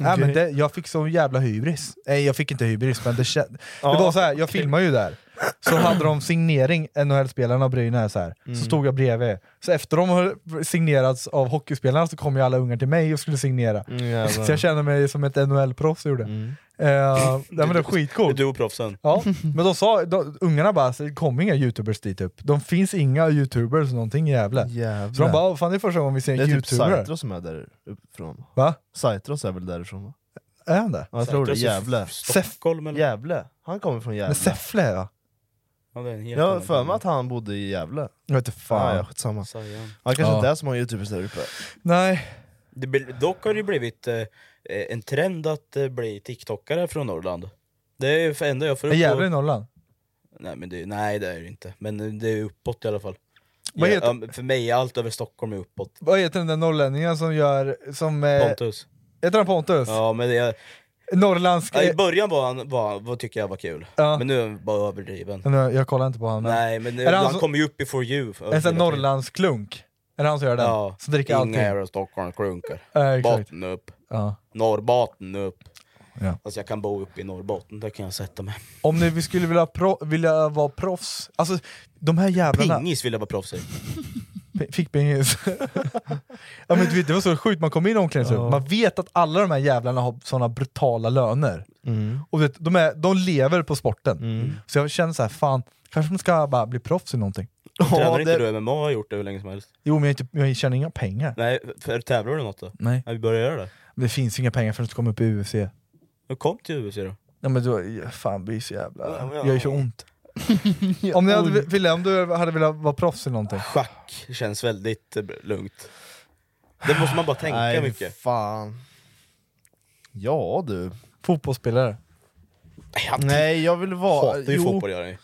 S4: Nej, men det, jag fick sån jävla hybris. Nej jag fick inte hybris men det, kän- det var så här, jag filmar ju där. Så hade de signering, NHL-spelarna och Brynäs här,
S5: Mm.
S4: så stod jag bredvid. Så efter de har signerats av hockeyspelarna så kom ju alla ungar till mig och skulle signera.
S5: Mm, jävlar.
S3: Alltså-
S4: så jag kände mig som ett NHL-proffs gjorde. Eh, nej, men det är skitcoolt.
S3: Mm. Du och proffsen.
S4: Ja, men de sa, de, ungarna bara, så det kommer inga youtubers dit upp. De finns inga youtubers någonting i Gävle. Så de bara, "Åh, fan det är första gången vi ser en
S5: Det är typ
S4: youtuber.
S5: Saitros som är där uppifrån.
S4: Va?
S5: Saitros är väl därifrån va?
S4: är han det?
S5: Ja, jag tror det. Gävle.
S3: Stockholm eller?
S5: Gävle. Han kommer från Gävle.
S4: Men Säffle ja.
S3: Ja, det är en helt
S5: Jag har
S3: annan
S5: för mig att han bodde i Gävle.
S4: Jag vet inte fan.
S5: Ja, ja, skitsamma.
S3: Sajan.
S5: Han kanske
S3: Ja.
S5: inte är så många youtubers där uppe.
S4: Nej.
S3: Det blir, dock har det blivit eh, en trend att eh, bli tiktokare från Norrland. Det är ju för enda jag får
S4: Är
S3: upp
S4: Gävle i
S3: på-
S4: Norrland?
S3: Nej, men det, nej det är det inte, men eh, det är uppåt i alla fall.
S4: Vad
S3: Ja,
S4: heter-
S3: ja, men för mig är allt över Stockholm är uppåt.
S4: Vad heter den där norrlänningen som gör, som... eh,
S3: Pontus.
S4: Heter han Pontus?
S3: Ja, men det,
S4: Norrländsk...
S3: ja,
S5: eh,
S3: I början var han, var, var, tycker jag var kul,
S4: Ja.
S3: men nu är han bara överdriven.
S4: Nu, jag kollar inte på honom.
S3: Nej, men nu,
S4: Är det
S3: han,
S4: som-
S3: kommer ju upp i For You.
S4: En sån här Norrlandsklunk. Är det han som gör den?
S3: Ja,
S4: Som dricker allting.
S3: Inga här Stockholm klunkar.
S4: Ja, exakt.
S3: Botten upp.
S4: Ja.
S3: Norrbotten upp.
S4: Ja.
S3: Alltså jag kan bo uppe i Norrbotten, där kan jag sätta mig.
S4: Om ni vi skulle vilja, pro, vilja vara proffs, alltså de här jävlarna...
S3: Pingis vill jag vara proffs i.
S4: P- Fick pingis. ja, men du vet, det var så sjukt, man kom in i omklädningsrummet,
S5: Ja.
S4: man vet att alla de här jävlarna har såna brutala löner. Och du vet, de, är, de lever på sporten. Så jag känner så här, fan, kanske man ska bara bli proffs i någonting.
S3: Tränar inte du MMA och har gjort det hur länge som helst?
S4: Jo men jag, är inte, jag tjänar inga pengar.
S3: Nej, för tävlar du något då?
S4: Nej.
S3: Ja, vi börjar göra det.
S4: Det finns inga pengar förrän du kommer upp i UFC.
S3: Men kom till UFC då.
S4: Ja, men då, fan det blir så jävla...
S3: Ja, men
S4: Jag
S3: jag-
S4: gör så ont. om, ni hade, Fille, om du hade velat vara proffs i någonting?
S3: Schack känns väldigt eh, lugnt. Det måste man bara tänka
S5: Nej,
S3: mycket.
S5: fan. Ja du.
S4: Fotbollsspelare?
S5: Nej jag vill vara...
S3: Hatar ju fotboll, gör jag ju.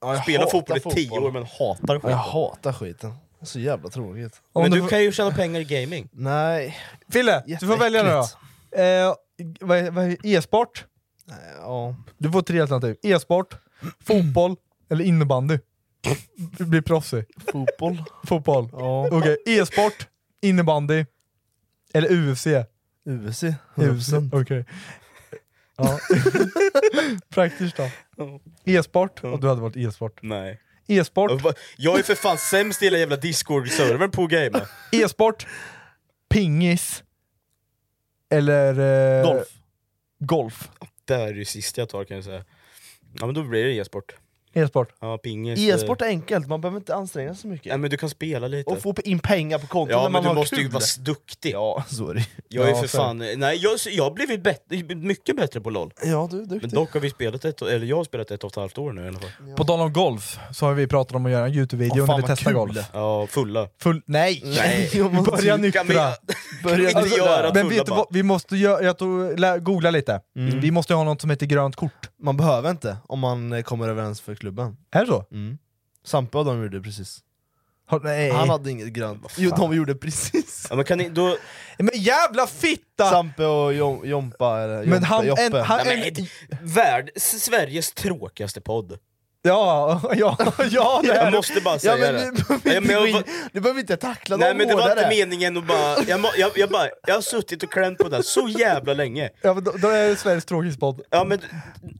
S5: Ja, jag
S3: Spelar
S5: hatar
S3: fotboll i tio år, men hatar
S5: Ja,
S3: fotboll.
S5: Jag hatar skiten. Det är så jävla tråkigt.
S4: Om
S3: Men
S4: du
S3: du
S4: får-
S3: kan ju tjäna pengar i gaming.
S5: Nej.
S4: Fille, du får välja nu då.
S5: Jätteäckligt.
S4: Eh, vad, vad, e-sport?
S5: Ja.
S4: Du får tre alternativ. E-sport, fotboll eller innebandy. Du blir proffsig.
S5: Fotboll.
S4: Fotboll.
S5: Ja.
S4: Okej, e-sport, innebandy eller UFC.
S5: UFC.
S4: UFC.
S5: 100%.
S4: Okej. Ja. Praktiskt då. E-sport, och du hade varit e-sport.
S3: Nej.
S4: E-sport,
S3: Jag är för fan sämst i hela jävla discord-servern på att gamea.
S4: e-sport, pingis eller... eh,
S3: Golf.
S4: Golf.
S3: Det är det sista jag tar kan jag säga. Ja men då blir det e-sport.
S4: E-sport.
S3: Ja, pingis. eh,
S5: E-sport är enkelt, man behöver inte anstränga sig så mycket.
S3: Nej men du kan spela lite.
S5: Och få in pengar på kontot
S3: ja
S5: när man
S3: men du
S5: har
S3: måste
S5: kul.
S3: ju vara duktig.
S5: Ja, så är det.
S3: Jag är
S5: Ja,
S3: för
S5: så.
S3: fan... Nej jag, jag har blivit bättre, mycket bättre på LOL.
S5: Ja, du är
S3: Men
S5: duktig.
S3: dock har vi spelat ett, eller jag har spelat ett och ett halvt år nu i alla fall.
S4: På tal om golf så har vi pratat om att göra en Youtube-video när vi testar golf.
S3: Ja, fulla.
S4: Full, nej!
S3: Nej.
S4: Börja
S3: Kan vi-
S4: nyktra! Alltså,
S3: Börja inte
S4: men
S3: göra fulla
S4: vet du
S3: bara.
S4: vad, vi måste göra, jag tog, lä, googla lite.
S5: Mm.
S4: Vi måste ha något som heter grönt kort.
S5: Man behöver inte om man eh, kommer överens för klubben.
S3: Äh.
S4: Är det så?
S5: Mm. Sampe och de gjorde det precis.
S4: nej.
S5: Han hade inget grönt. Jo, de gjorde precis.
S3: Ja, men, kan ni, då...
S4: men jävla fitta!
S5: Sampe och Jom, Jompa, eller Jompe,
S4: Men han-
S5: Joppe.
S4: en- han-
S3: Nej, men, värld, S- Sveriges tråkigaste podd.
S4: Ja, ja, ja det är
S3: Jag
S4: det.
S3: måste bara säga
S5: men
S3: det.
S5: du behöver
S3: Nej,
S5: inte
S3: men jag
S5: gå in-
S3: var-
S5: Du behöver inte tackla
S3: Nej
S5: dem
S3: men det var inte
S5: hårdare.
S3: meningen att bara... Jag, må- jag, jag, bara, jag har suttit och klämt på det här så jävla länge.
S4: Ja, men då, då är det Sveriges tråkigaste podd.
S3: Ja men... ah,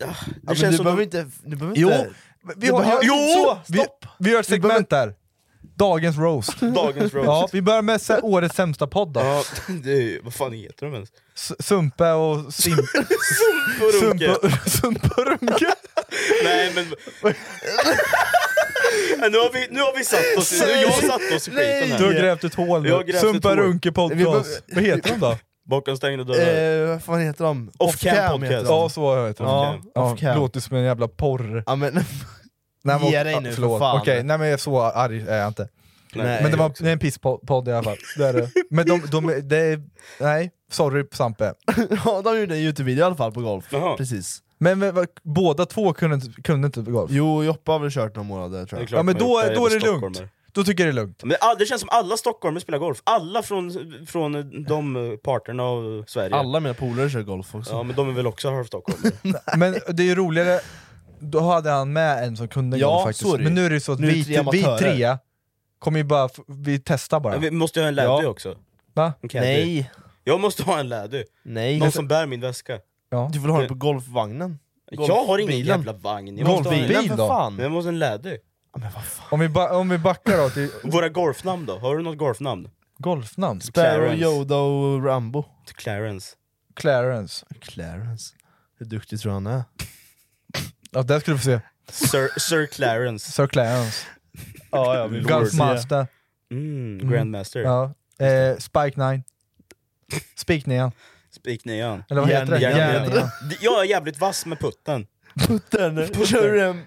S5: Ja,
S3: Det
S5: men
S3: känns
S5: du
S3: som...
S5: behöver
S3: de-
S5: inte... Du behöver
S4: Jo!
S5: inte...
S4: Vi
S5: Du
S4: har,
S5: behöver-
S4: jo!
S5: Så,
S4: Vi, vi gör ett segment där. Dagens roast.
S3: Dagens roast.
S4: Ja, vi börjar med sä- årets sämsta podd då.
S3: Ja, det är ju- vad fan heter de ens?
S4: S- Sumpe och Sim...
S3: Sump och Runke.
S4: Sumpe- Sumpe och Runke.
S3: Nej men... Nej, nu, har vi, nu har vi satt oss, nu har jag satt oss i skiten här.
S4: Du har grävt ett hål
S3: Jag har
S4: nu.
S3: grävt ett
S4: Sumpa
S3: hål.
S4: Runke
S5: Vi behöver-
S4: podcast. Vad heter de då?
S3: Bakom stängda dörrar.
S5: Eh, vad fan heter de?
S3: Off-cam
S5: Off-cam
S3: podcast.
S5: heter de.
S4: Ja, så heter de.
S5: Ja,
S4: Ja,
S5: off-cam.
S4: låter som en jävla porr.
S5: Ja, men...
S4: Nej, men-
S5: Ge dig nu,
S4: ah,
S5: för
S4: förlåt.
S5: fan.
S4: Okej, nej men jag är så arg är jag inte.
S5: Nej,
S4: men det, var,
S5: också.
S4: det är en pisspodd i alla fall. Det är det. Men de, de, är- det är, nej, sorry Sampe.
S5: ja, de gjorde en Youtube-video i alla fall på golf.
S3: Jaha.
S5: Precis.
S4: Men, men vad- båda två kunde, inte- kunde inte golf.
S5: Jo, Joppa har väl kört några månader tror
S3: Det är
S5: jag.
S3: klart
S4: Ja men
S3: man
S4: då,
S3: gjort det,
S4: då är det
S3: jävla
S4: lugnt.
S3: stockholmare.
S4: Då tycker jag det är lugnt.
S3: Men all- det känns som alla stockholmare spelar golf. Alla från, från de eh, parterna av Sverige.
S5: Alla mina polare kör golf också.
S3: Ja men de är väl också halvstockholmare?
S4: Men det är ju roligare, då hade han med en som kunde
S5: Ja,
S4: golf faktiskt.
S5: så är det ju.
S4: Men nu är det ju så att
S5: Nu är det
S4: vi,
S5: tre
S4: tre vi
S5: amatörer.
S4: tre kommer ju bara, f- vi testar bara.
S3: Ja, vi måste ju ha en läder också.
S4: Va?
S3: En caddy.
S5: Nej,
S3: Jag måste ha en läder.
S5: nej.
S3: Någon som bär min väska.
S4: Ja.
S5: Du vill ha det på golfvagnen?
S3: Jag har ingen
S5: Golfbilen.
S3: jävla vagn. Jag måste ha en...
S5: Golfbilen
S4: Bil
S5: för
S4: då?
S5: fan!
S3: Men Jag måste ha Mm. en läder.
S4: Om, vi ba- om vi backar då till
S3: Våra golfnamn då? Har du något golfnamn?
S4: golfnamn.
S5: Sparrow,
S3: Clarence.
S5: Yoda och Rambo.
S3: Clarence.
S4: Clarence.
S5: Clarence. Hur duktig tror du han är?
S4: Ja där skulle du få se.
S3: Sir, Sir Clarence.
S4: Sir Clarence.
S5: Ja, ja,
S4: Golfmaster.
S3: Mm, grandmaster.
S4: Ja. Eh, Spike 9. Spik 9.
S3: Spik nian.
S4: Eller vad
S5: Järn-
S4: heter det?
S5: järn-
S4: Järn-
S5: järn-
S4: nian.
S3: Jag är jävligt vass med putten.
S5: Putten! Kör du den?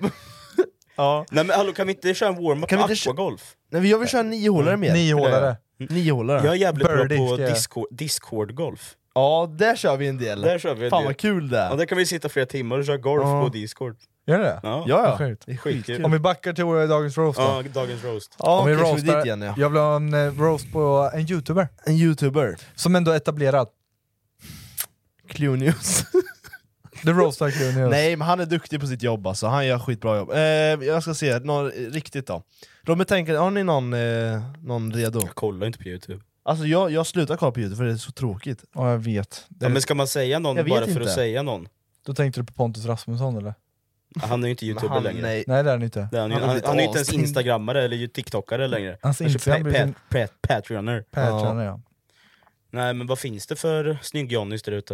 S5: ja.
S3: Nej men hallå kan vi inte köra en warm-up
S5: Kan vi inte kö-
S3: aquagolf?
S5: Nej, men jag vill köra
S4: Mm.
S5: niohålare mer.
S4: Niohålare.
S5: Niohålare?
S3: Jag är jävligt
S4: Birdie
S3: bra på
S4: ska jag-
S3: Discord- discord-golf.
S5: Ja, där kör vi en del.
S3: Där kör vi en
S5: fan
S3: del.
S5: vad kul det är.
S3: Ja, där kan vi sitta flera timmar och köra golf på discord.
S4: Gör det
S3: Ja.
S5: Ja, ja.
S4: Sjukt.
S5: Det är
S3: Skitkul.
S5: skitkul.
S4: Om vi backar till eh, dagens roast då.
S3: Ja, dagens roast.
S5: Ja,
S4: Om vi
S5: kanske vi
S4: roastar,
S5: dit igen ja.
S4: Jag vill ha en eh, roast på en youtuber.
S5: En youtuber.
S4: Som ändå är etablerad.
S5: Clunius.
S4: The roastar Clunius.
S5: Nej, men han är duktig på sitt jobb alltså. Han gör skitbra jobb. Eh, jag ska se, någon riktigt då. Robin tänker, har ni någon, eh, någon redo?
S3: Jag kollar inte på youtube.
S5: Alltså jag, jag slutar kolla på youtube för det är så tråkigt.
S4: Ja, jag vet. Det,
S3: Ja, men ska man säga någon
S5: Jag vet
S3: bara för
S5: inte.
S3: att säga någon?
S4: Då tänkte du på Pontus Rasmusson eller?
S3: Han är ju inte youtuber
S5: Men han,
S3: längre.
S5: Nej.
S4: Nej det är han inte.
S3: Det är han, ju-
S5: Han har
S3: han,
S5: blivit
S3: han är ju inte ens
S5: avstängd.
S3: instagrammare eller ju tiktokare längre. Alltså,
S4: Hans
S3: Han är
S4: Instagram
S3: pa-
S4: blir
S3: pa-
S4: sin-
S3: pa- Patreoner.
S4: Patreon ja.
S3: Nej men vad finns det för snygg Johnnys där ute?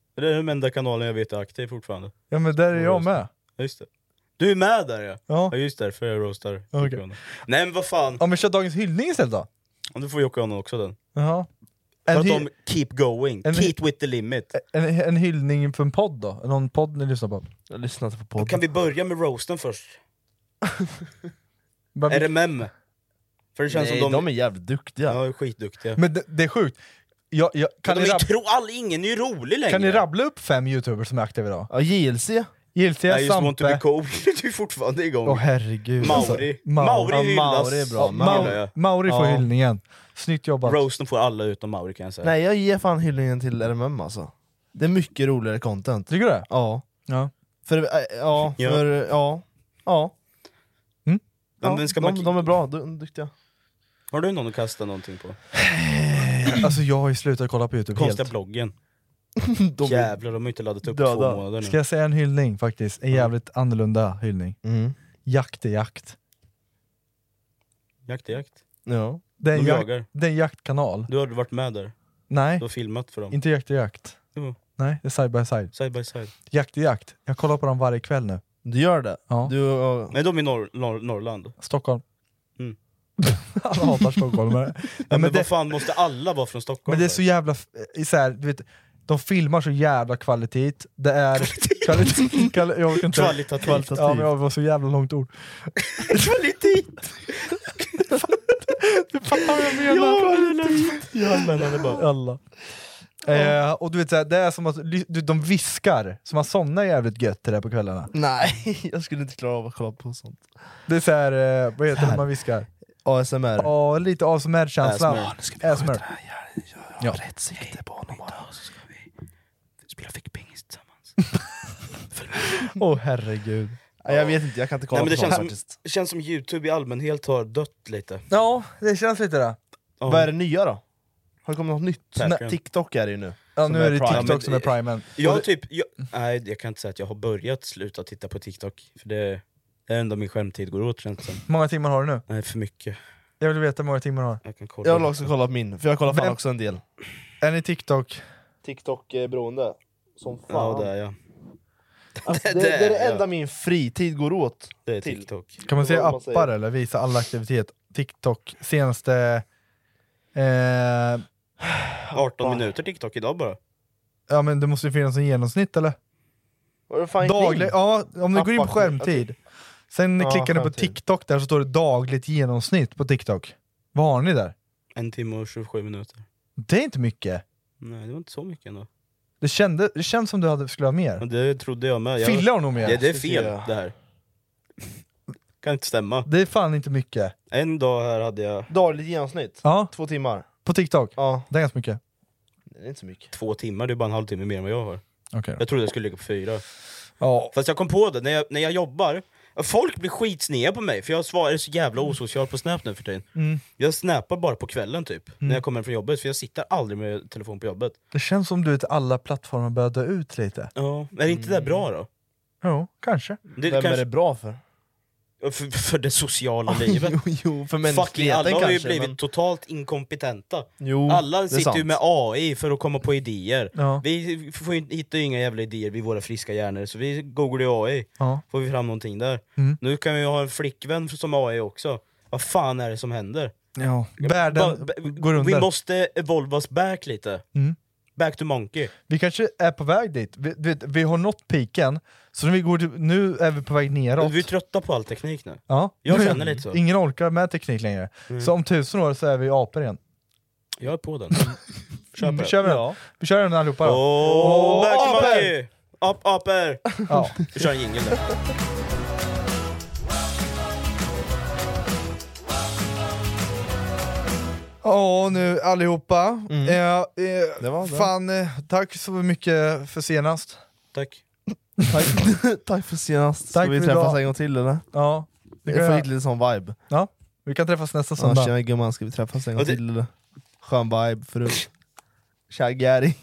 S3: Det är den enda kanalen jag vet är aktiv fortfarande.
S4: Ja men där är jag med.
S3: Ja, just det. Du är med där ja! Ja, just därför jag roastar Jocke och Jonna. Nej men vad fan!
S4: Ja men kör dagens hyllning istället då.
S3: Ja, då får Jocke och Jonna också den.
S4: Jaha. En,
S3: Prata
S4: hy-
S3: om keep going,
S4: en-
S3: keep with the limit.
S4: en, en hyllning för en podd då? Någon podd ni lyssnar på?
S5: Jag lyssnar inte på
S3: Då
S4: podd.
S3: kan vi börja med roasten först. RMM. För det känns
S5: Nej,
S3: som de...
S5: de är jävligt
S3: Ja,
S5: duktiga.
S3: de är skitduktiga.
S4: Men det, det är sjukt. Jag, jag, kan,
S3: de
S4: ni
S3: är
S4: rab-
S3: tro... All... Ingen är ju rolig längre.
S4: kan ni rabbla upp fem youtubers som är aktiva idag?
S5: Ja, JLC.
S4: JLC,
S3: I just want to be
S4: Sampe.
S3: cool. du är fortfarande igång.
S4: Åh herregud. alltså.
S3: Mauri.
S4: Mau-
S3: Mauri
S4: Ja,
S3: hyllas.
S4: Mauri är bra. Mau- Mauri får hyllningen. Snyggt jobbat.
S3: Roasten får alla utom Mauri kan jag säga.
S5: Nej jag ger fan hyllningen till RMM alltså. Det är mycket roligare content.
S4: Tycker du det?
S5: Ja.
S4: Ja.
S5: För, äh, ja,
S3: Ja.
S5: för, ja. Ja.
S4: Mm.
S5: ja
S3: Men den ska
S5: de,
S3: man-
S5: de är bra, du, duktiga.
S3: Har du någon att kasta någonting på?
S4: Alltså jag har ju slutat kolla på youtube
S3: Konstiga
S4: helt.
S3: bloggen.
S4: De är
S3: Jävlar, de har inte laddat upp två månader nu.
S4: Ska jag säga en hyllning faktiskt? En jävligt annorlunda hyllning. Jakt är jakt.
S3: Jakt är jakt.
S5: Ja.
S4: Det är, en
S3: De
S4: jak-
S3: jagar.
S4: det är en jaktkanal.
S3: Du har varit med där.
S4: Nej.
S3: Du har filmat för dem.
S4: Inte jakt är jakt.
S3: Jo.
S4: Nej, det är side by side.
S3: Side by side.
S4: Jakt är jakt. Jag kollar på dem varje kväll nu.
S5: Du gör det?
S4: Ja.
S5: Du, ja.
S3: Nej, de är i norr, norr, Norrland.
S4: Stockholm.
S3: Mm.
S4: Alla hatar stockholmare.
S3: Ja,
S4: men
S3: men
S4: det-
S3: vad fan, måste alla vara från Stockholm?
S4: Men det är
S3: då?
S4: så jävla... f- eh, Så här, du vet, de filmar så jävla kvalitet. Det är... Kvalitet! Kvali- jag orkar inte.
S3: Kvalitativt.
S4: Ja, men det var så jävla långt ord.
S3: Kvalitet!
S4: du fattar vad jag menar?
S3: Jag menar det bara.
S4: Alla. Eh, och du vet, så här, det är som att ly- du, de viskar, så man somnar jävligt gött till det på kvällarna.
S5: Nej, jag skulle inte klara av att kolla på sånt.
S4: Det är så här, eh, vad heter det när man viskar?
S5: ASMR.
S4: Ja, lite ASMR-känsla.
S5: ASMR.
S4: nu ska vi ASMR. Ja.
S5: Rätt sikte på honom bara.
S3: Spela fickpingis tillsammans.
S4: Åh herregud.
S5: Nej, jag vet inte, jag kan inte kolla
S3: Nej, men det
S5: på sånt
S3: känns som,
S5: faktiskt.
S3: det känns som youtube i allmänhet har dött lite.
S4: Ja, det känns lite det.
S3: Ja.
S5: Vad är det nya då? Har det kommit något nytt?
S3: Tack.
S5: Nej, TikTok är det ju nu.
S4: Ja,
S5: Som
S4: nu är det
S5: Prime.
S4: TikTok som är primen. Och
S3: Jag
S4: det-
S3: typ, jag, nej jag kan inte säga att jag har börjat sluta titta på TikTok, för det, det är ändå min skärmtid går åt känns det som.
S4: Hur många timmar har du nu?
S3: Nej för mycket.
S4: Jag vill veta hur många timmar du har.
S3: Jag kan kolla.
S5: Jag har också kollat på min, för jag kollar fan
S4: Vem-
S5: också en del.
S4: Är ni TikTok?
S5: TikTok-beroende. Som fan.
S3: Ja det är jag.
S5: Alltså, det,
S3: Det-
S5: det är
S3: det
S5: det
S3: är
S5: enda min fritid går åt
S3: Det är
S5: till.
S3: TikTok.
S4: Kan man säga
S5: Vad man
S4: appar
S5: säger.
S4: eller visa all aktivitet? TikTok, senaste... Eh,
S3: 18 minuter TikTok idag bara.
S4: ja men det måste ju finnas en genomsnitt eller?
S5: Vad är det fan
S4: Daglig,
S5: Kling?
S4: ja, om du går in på
S5: Appar-
S4: skärmtid. Sen
S5: Ja,
S4: klickar ni på
S5: skärmtid.
S4: TikTok där så står det dagligt genomsnitt på TikTok. Vad har ni där?
S3: En timme och 27 minuter.
S4: Det är inte mycket.
S3: Nej det var inte så mycket ändå.
S4: Det, kände, det känns som du hade, skulle ha mer.
S3: Men det trodde jag med. Jag,
S4: Fille har nog mer.
S3: det, det är
S4: Det
S3: fel
S4: tycker
S3: det
S4: jag.
S3: här. kan inte stämma.
S4: Det är fan inte mycket.
S3: En dag här hade jag
S5: Dagligt genomsnitt.
S4: Ja,
S5: Två timmar.
S4: på TikTok.
S5: Ja.
S4: Det är ganska mycket.
S5: Det är inte så mycket.
S3: två timmar, det är bara en halvtimme mer än vad jag har.
S4: Okej då.
S3: Jag trodde jag skulle ligga på fyra.
S4: Ja.
S3: Fast jag kom på det, när jag, när jag jobbar, folk blir skitsnea på mig för jag svarar så jävla osocial på Snap nu för tiden.
S4: Mm.
S3: Jag snappar bara på kvällen typ,
S5: Mm.
S3: när jag kommer hem från jobbet, för jag sitter aldrig med telefon på jobbet.
S4: Det känns som du vet alla plattformar börjar dö ut lite.
S3: Ja. Är inte det bra då?
S4: Jo, kanske.
S3: Det,
S5: Vem är
S3: kanske,
S5: det bra för?
S3: för, för det sociala livet.
S5: jo, jo, för
S3: Fucking
S5: mänskligheten
S3: alla har ju
S5: kanske.
S3: blivit
S5: men...
S3: totalt inkompetenta.
S5: Jo, det är
S3: alla sitter ju
S5: sant.
S3: med AI för att komma på idéer.
S4: Ja.
S3: Vi får ju, hittar ju inga jävla idéer vid våra friska hjärnor, så vi googlar ju AI.
S4: Ja.
S3: Får vi fram någonting där.
S4: Mm.
S3: Nu kan vi ju ha en flickvän som AI också. Vad fan är det som händer?
S4: Ja. Världen
S3: Ba- ba-
S4: går
S3: Vi
S4: under.
S3: måste evolvas back lite.
S4: Mm.
S3: Back to monkey.
S4: Vi kanske är på väg dit. Vi, du vet, vi har nått piken, så när vi går, till- nu är vi på väg neråt.
S3: Vi är trötta på all teknik nu.
S4: Ja.
S3: Jag känner lite så. Mm.
S4: Ingen orkar med teknik längre. Så om tusen år så är vi apor igen.
S3: Jag är på den.
S4: Mm,
S3: Köper.
S4: vi kör den. Vi kör den allihopa då.
S3: Åh, back to
S4: apor!
S3: monkey! Upp, apor!
S4: Ja.
S3: Vi kör en jingel där.
S4: Ja, nu allihopa.
S5: Mm.
S4: Eh, eh,
S5: Det var det.
S4: Fan, eh, tack så mycket för senast.
S3: Tack.
S5: Tack för senast. Ska
S4: Tack
S5: vi
S4: för
S5: träffas
S4: idag.
S5: en gång till eller?
S4: Ja. Det
S5: Vi
S4: kan
S5: får
S4: jag-
S5: hit lite sån vibe.
S4: Ja, vi kan träffas nästa
S5: Ja,
S4: söndag.
S5: tjena gumman, ska vi träffas en gång
S4: Och det-
S5: till? Skön vibe förut. Tja Gary.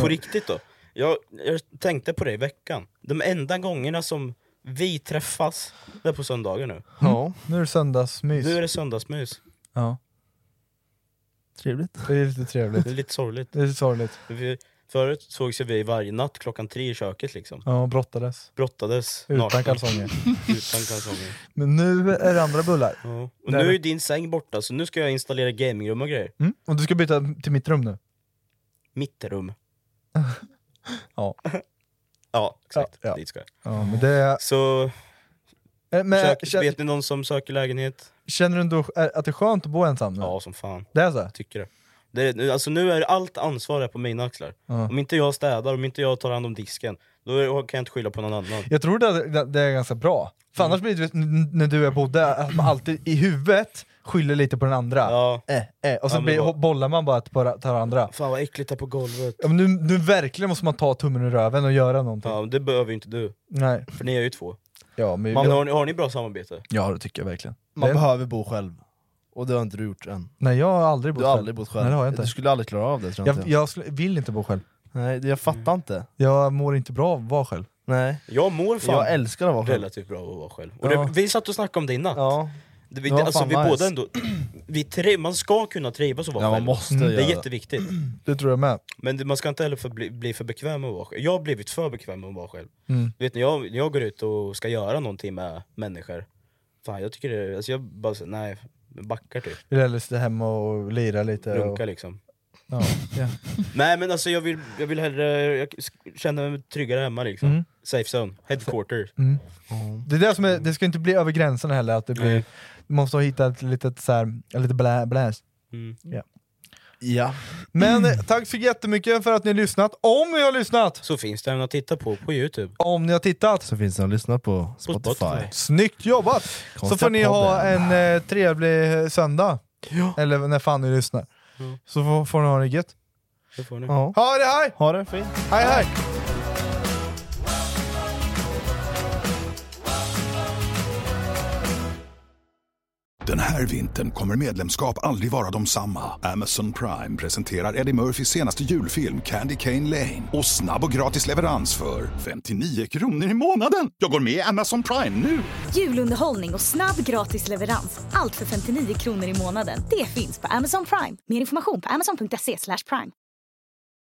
S3: På riktigt då. Jag, jag tänkte på det i veckan. De enda gångerna som vi träffas, det är på söndagar nu.
S4: Ja. Nu är det söndagsmys.
S3: Nu är det söndagsmys.
S4: Ja.
S5: Trevligt.
S4: Det är lite trevligt.
S3: Det är lite sorgligt.
S4: Det är lite sorgligt.
S3: Vi, förut sågs ju vi varje natt klockan tre i köket liksom.
S4: Ja, och brottades.
S3: Brottades.
S4: Utan
S3: nakna.
S4: kalsonger.
S3: Utan kalsonger.
S4: Men nu är det andra bullar.
S3: Ja. Och
S4: Där
S3: nu är ju
S4: det-
S3: din säng borta, så nu ska jag installera gamingrum och grejer.
S4: Mm? Och du ska byta till mitt rum nu?
S3: Mitt rum.
S4: Ja.
S3: Ja, exakt. Dit ska jag.
S4: Ja, men det... Eh,
S3: Så...
S4: Men,
S3: Sök,
S4: kän-
S3: Vet ni någon som söker lägenhet?
S4: Känner du ändå eh, att det är skönt att bo ensam nu?
S3: Ja, som fan.
S4: Det är så?
S3: Tycker det. det är- nu- alltså nu är allt ansvar är på mina axlar.
S4: Ja.
S3: Om inte jag städar, om inte jag tar hand om disken, då är- kan jag inte skylla på någon annan.
S4: Jag tror det, det, det är ganska bra. För annars blir det n- n- när du och jag bodde, att man alltid i huvudet skyller lite på den andra. Eh, eh, och
S3: Ja,
S4: sen
S3: men
S4: blir,
S3: vad-
S4: bollar man bara på den andra.
S3: Fan vad äckligt det är på golvet.
S4: Ja, men nu, nu verkligen måste man ta tummen ur röven och göra någonting.
S3: Ja, men det behöver ju inte du.
S4: Nej.
S3: För ni är ju två.
S4: Ja, men,
S3: Men har, ni, har ni bra samarbete?
S4: ja, det tycker jag verkligen.
S5: Man
S4: Det-
S5: behöver bo själv. Och det har inte du gjort än.
S4: Nej jag har aldrig bott
S5: Du har
S4: själv.
S5: aldrig bott själv.
S4: Nej, det har jag inte.
S5: Du skulle aldrig klara av det tror jag,
S4: jag,
S5: inte.
S4: jag skulle- vill inte bo själv.
S5: Nej, det- jag fattar inte.
S4: Jag mår inte bra av att vara själv.
S5: Nej.
S3: Jag mår fan
S5: Jag älskar att vara själv.
S3: relativt bra av att vara själv. Och
S5: Ja.
S3: det, vi satt och snackade om det i natt. Det, vi,
S5: Det var
S3: alltså,
S5: fan
S3: vi
S5: nice.
S3: båda ändå, vi tri- man ska kunna trivas och vara
S5: Ja, man
S3: själv. Mm.
S5: måste
S3: det
S5: göra
S3: är
S5: det.
S3: jätteviktigt.
S4: Det tror jag med.
S3: Men det- man ska inte heller för bli, bli för bekväm med att vara själv. Jag har blivit för bekväm med att vara själv.
S4: Mm.
S3: Du vet när jag, när jag går ut och ska göra någonting med människor, fan jag tycker det, alltså jag bara så, nej, backar typ.
S4: Vill hellre sitta hemma och lira lite.
S3: Runka
S4: och...
S3: liksom.
S4: Ja, ja.
S3: Nej men alltså jag vill, jag vill hellre, jag känner mig tryggare hemma liksom.
S4: Mm.
S3: Safe zone, headquarters.
S4: Mm. Det, är det, som är, det ska inte bli över gränserna heller, att det blir, man måste hitta ett litet, så här, ett litet blä, bläs.
S3: Mm.
S4: Ja. Men eh, tack så jättemycket för att ni har lyssnat, om ni har lyssnat!
S3: Så finns det även att titta på på youtube.
S4: Om ni har tittat!
S5: Så finns det att lyssna på Spotify.
S4: Snyggt jobbat! så får ni ha
S5: podden.
S4: en eh, trevlig eh, söndag, eller när fan ni lyssnar. Så får, får ni ha det gött.
S3: Det får ni.
S4: Ja. Ha det hej!
S5: Ha det fint!
S4: Hej hej!
S1: Den här vintern kommer medlemskap aldrig vara de samma. Amazon Prime presenterar Eddie Murphys senaste julfilm Candy Cane Lane. Och snabb och gratis leverans för 59 kronor i månaden. Jag går med i Amazon Prime nu!
S2: Julunderhållning och snabb gratis leverans. Allt för 59 kronor i månaden. Det finns på Amazon Prime. Mer information på amazon.se slash prime.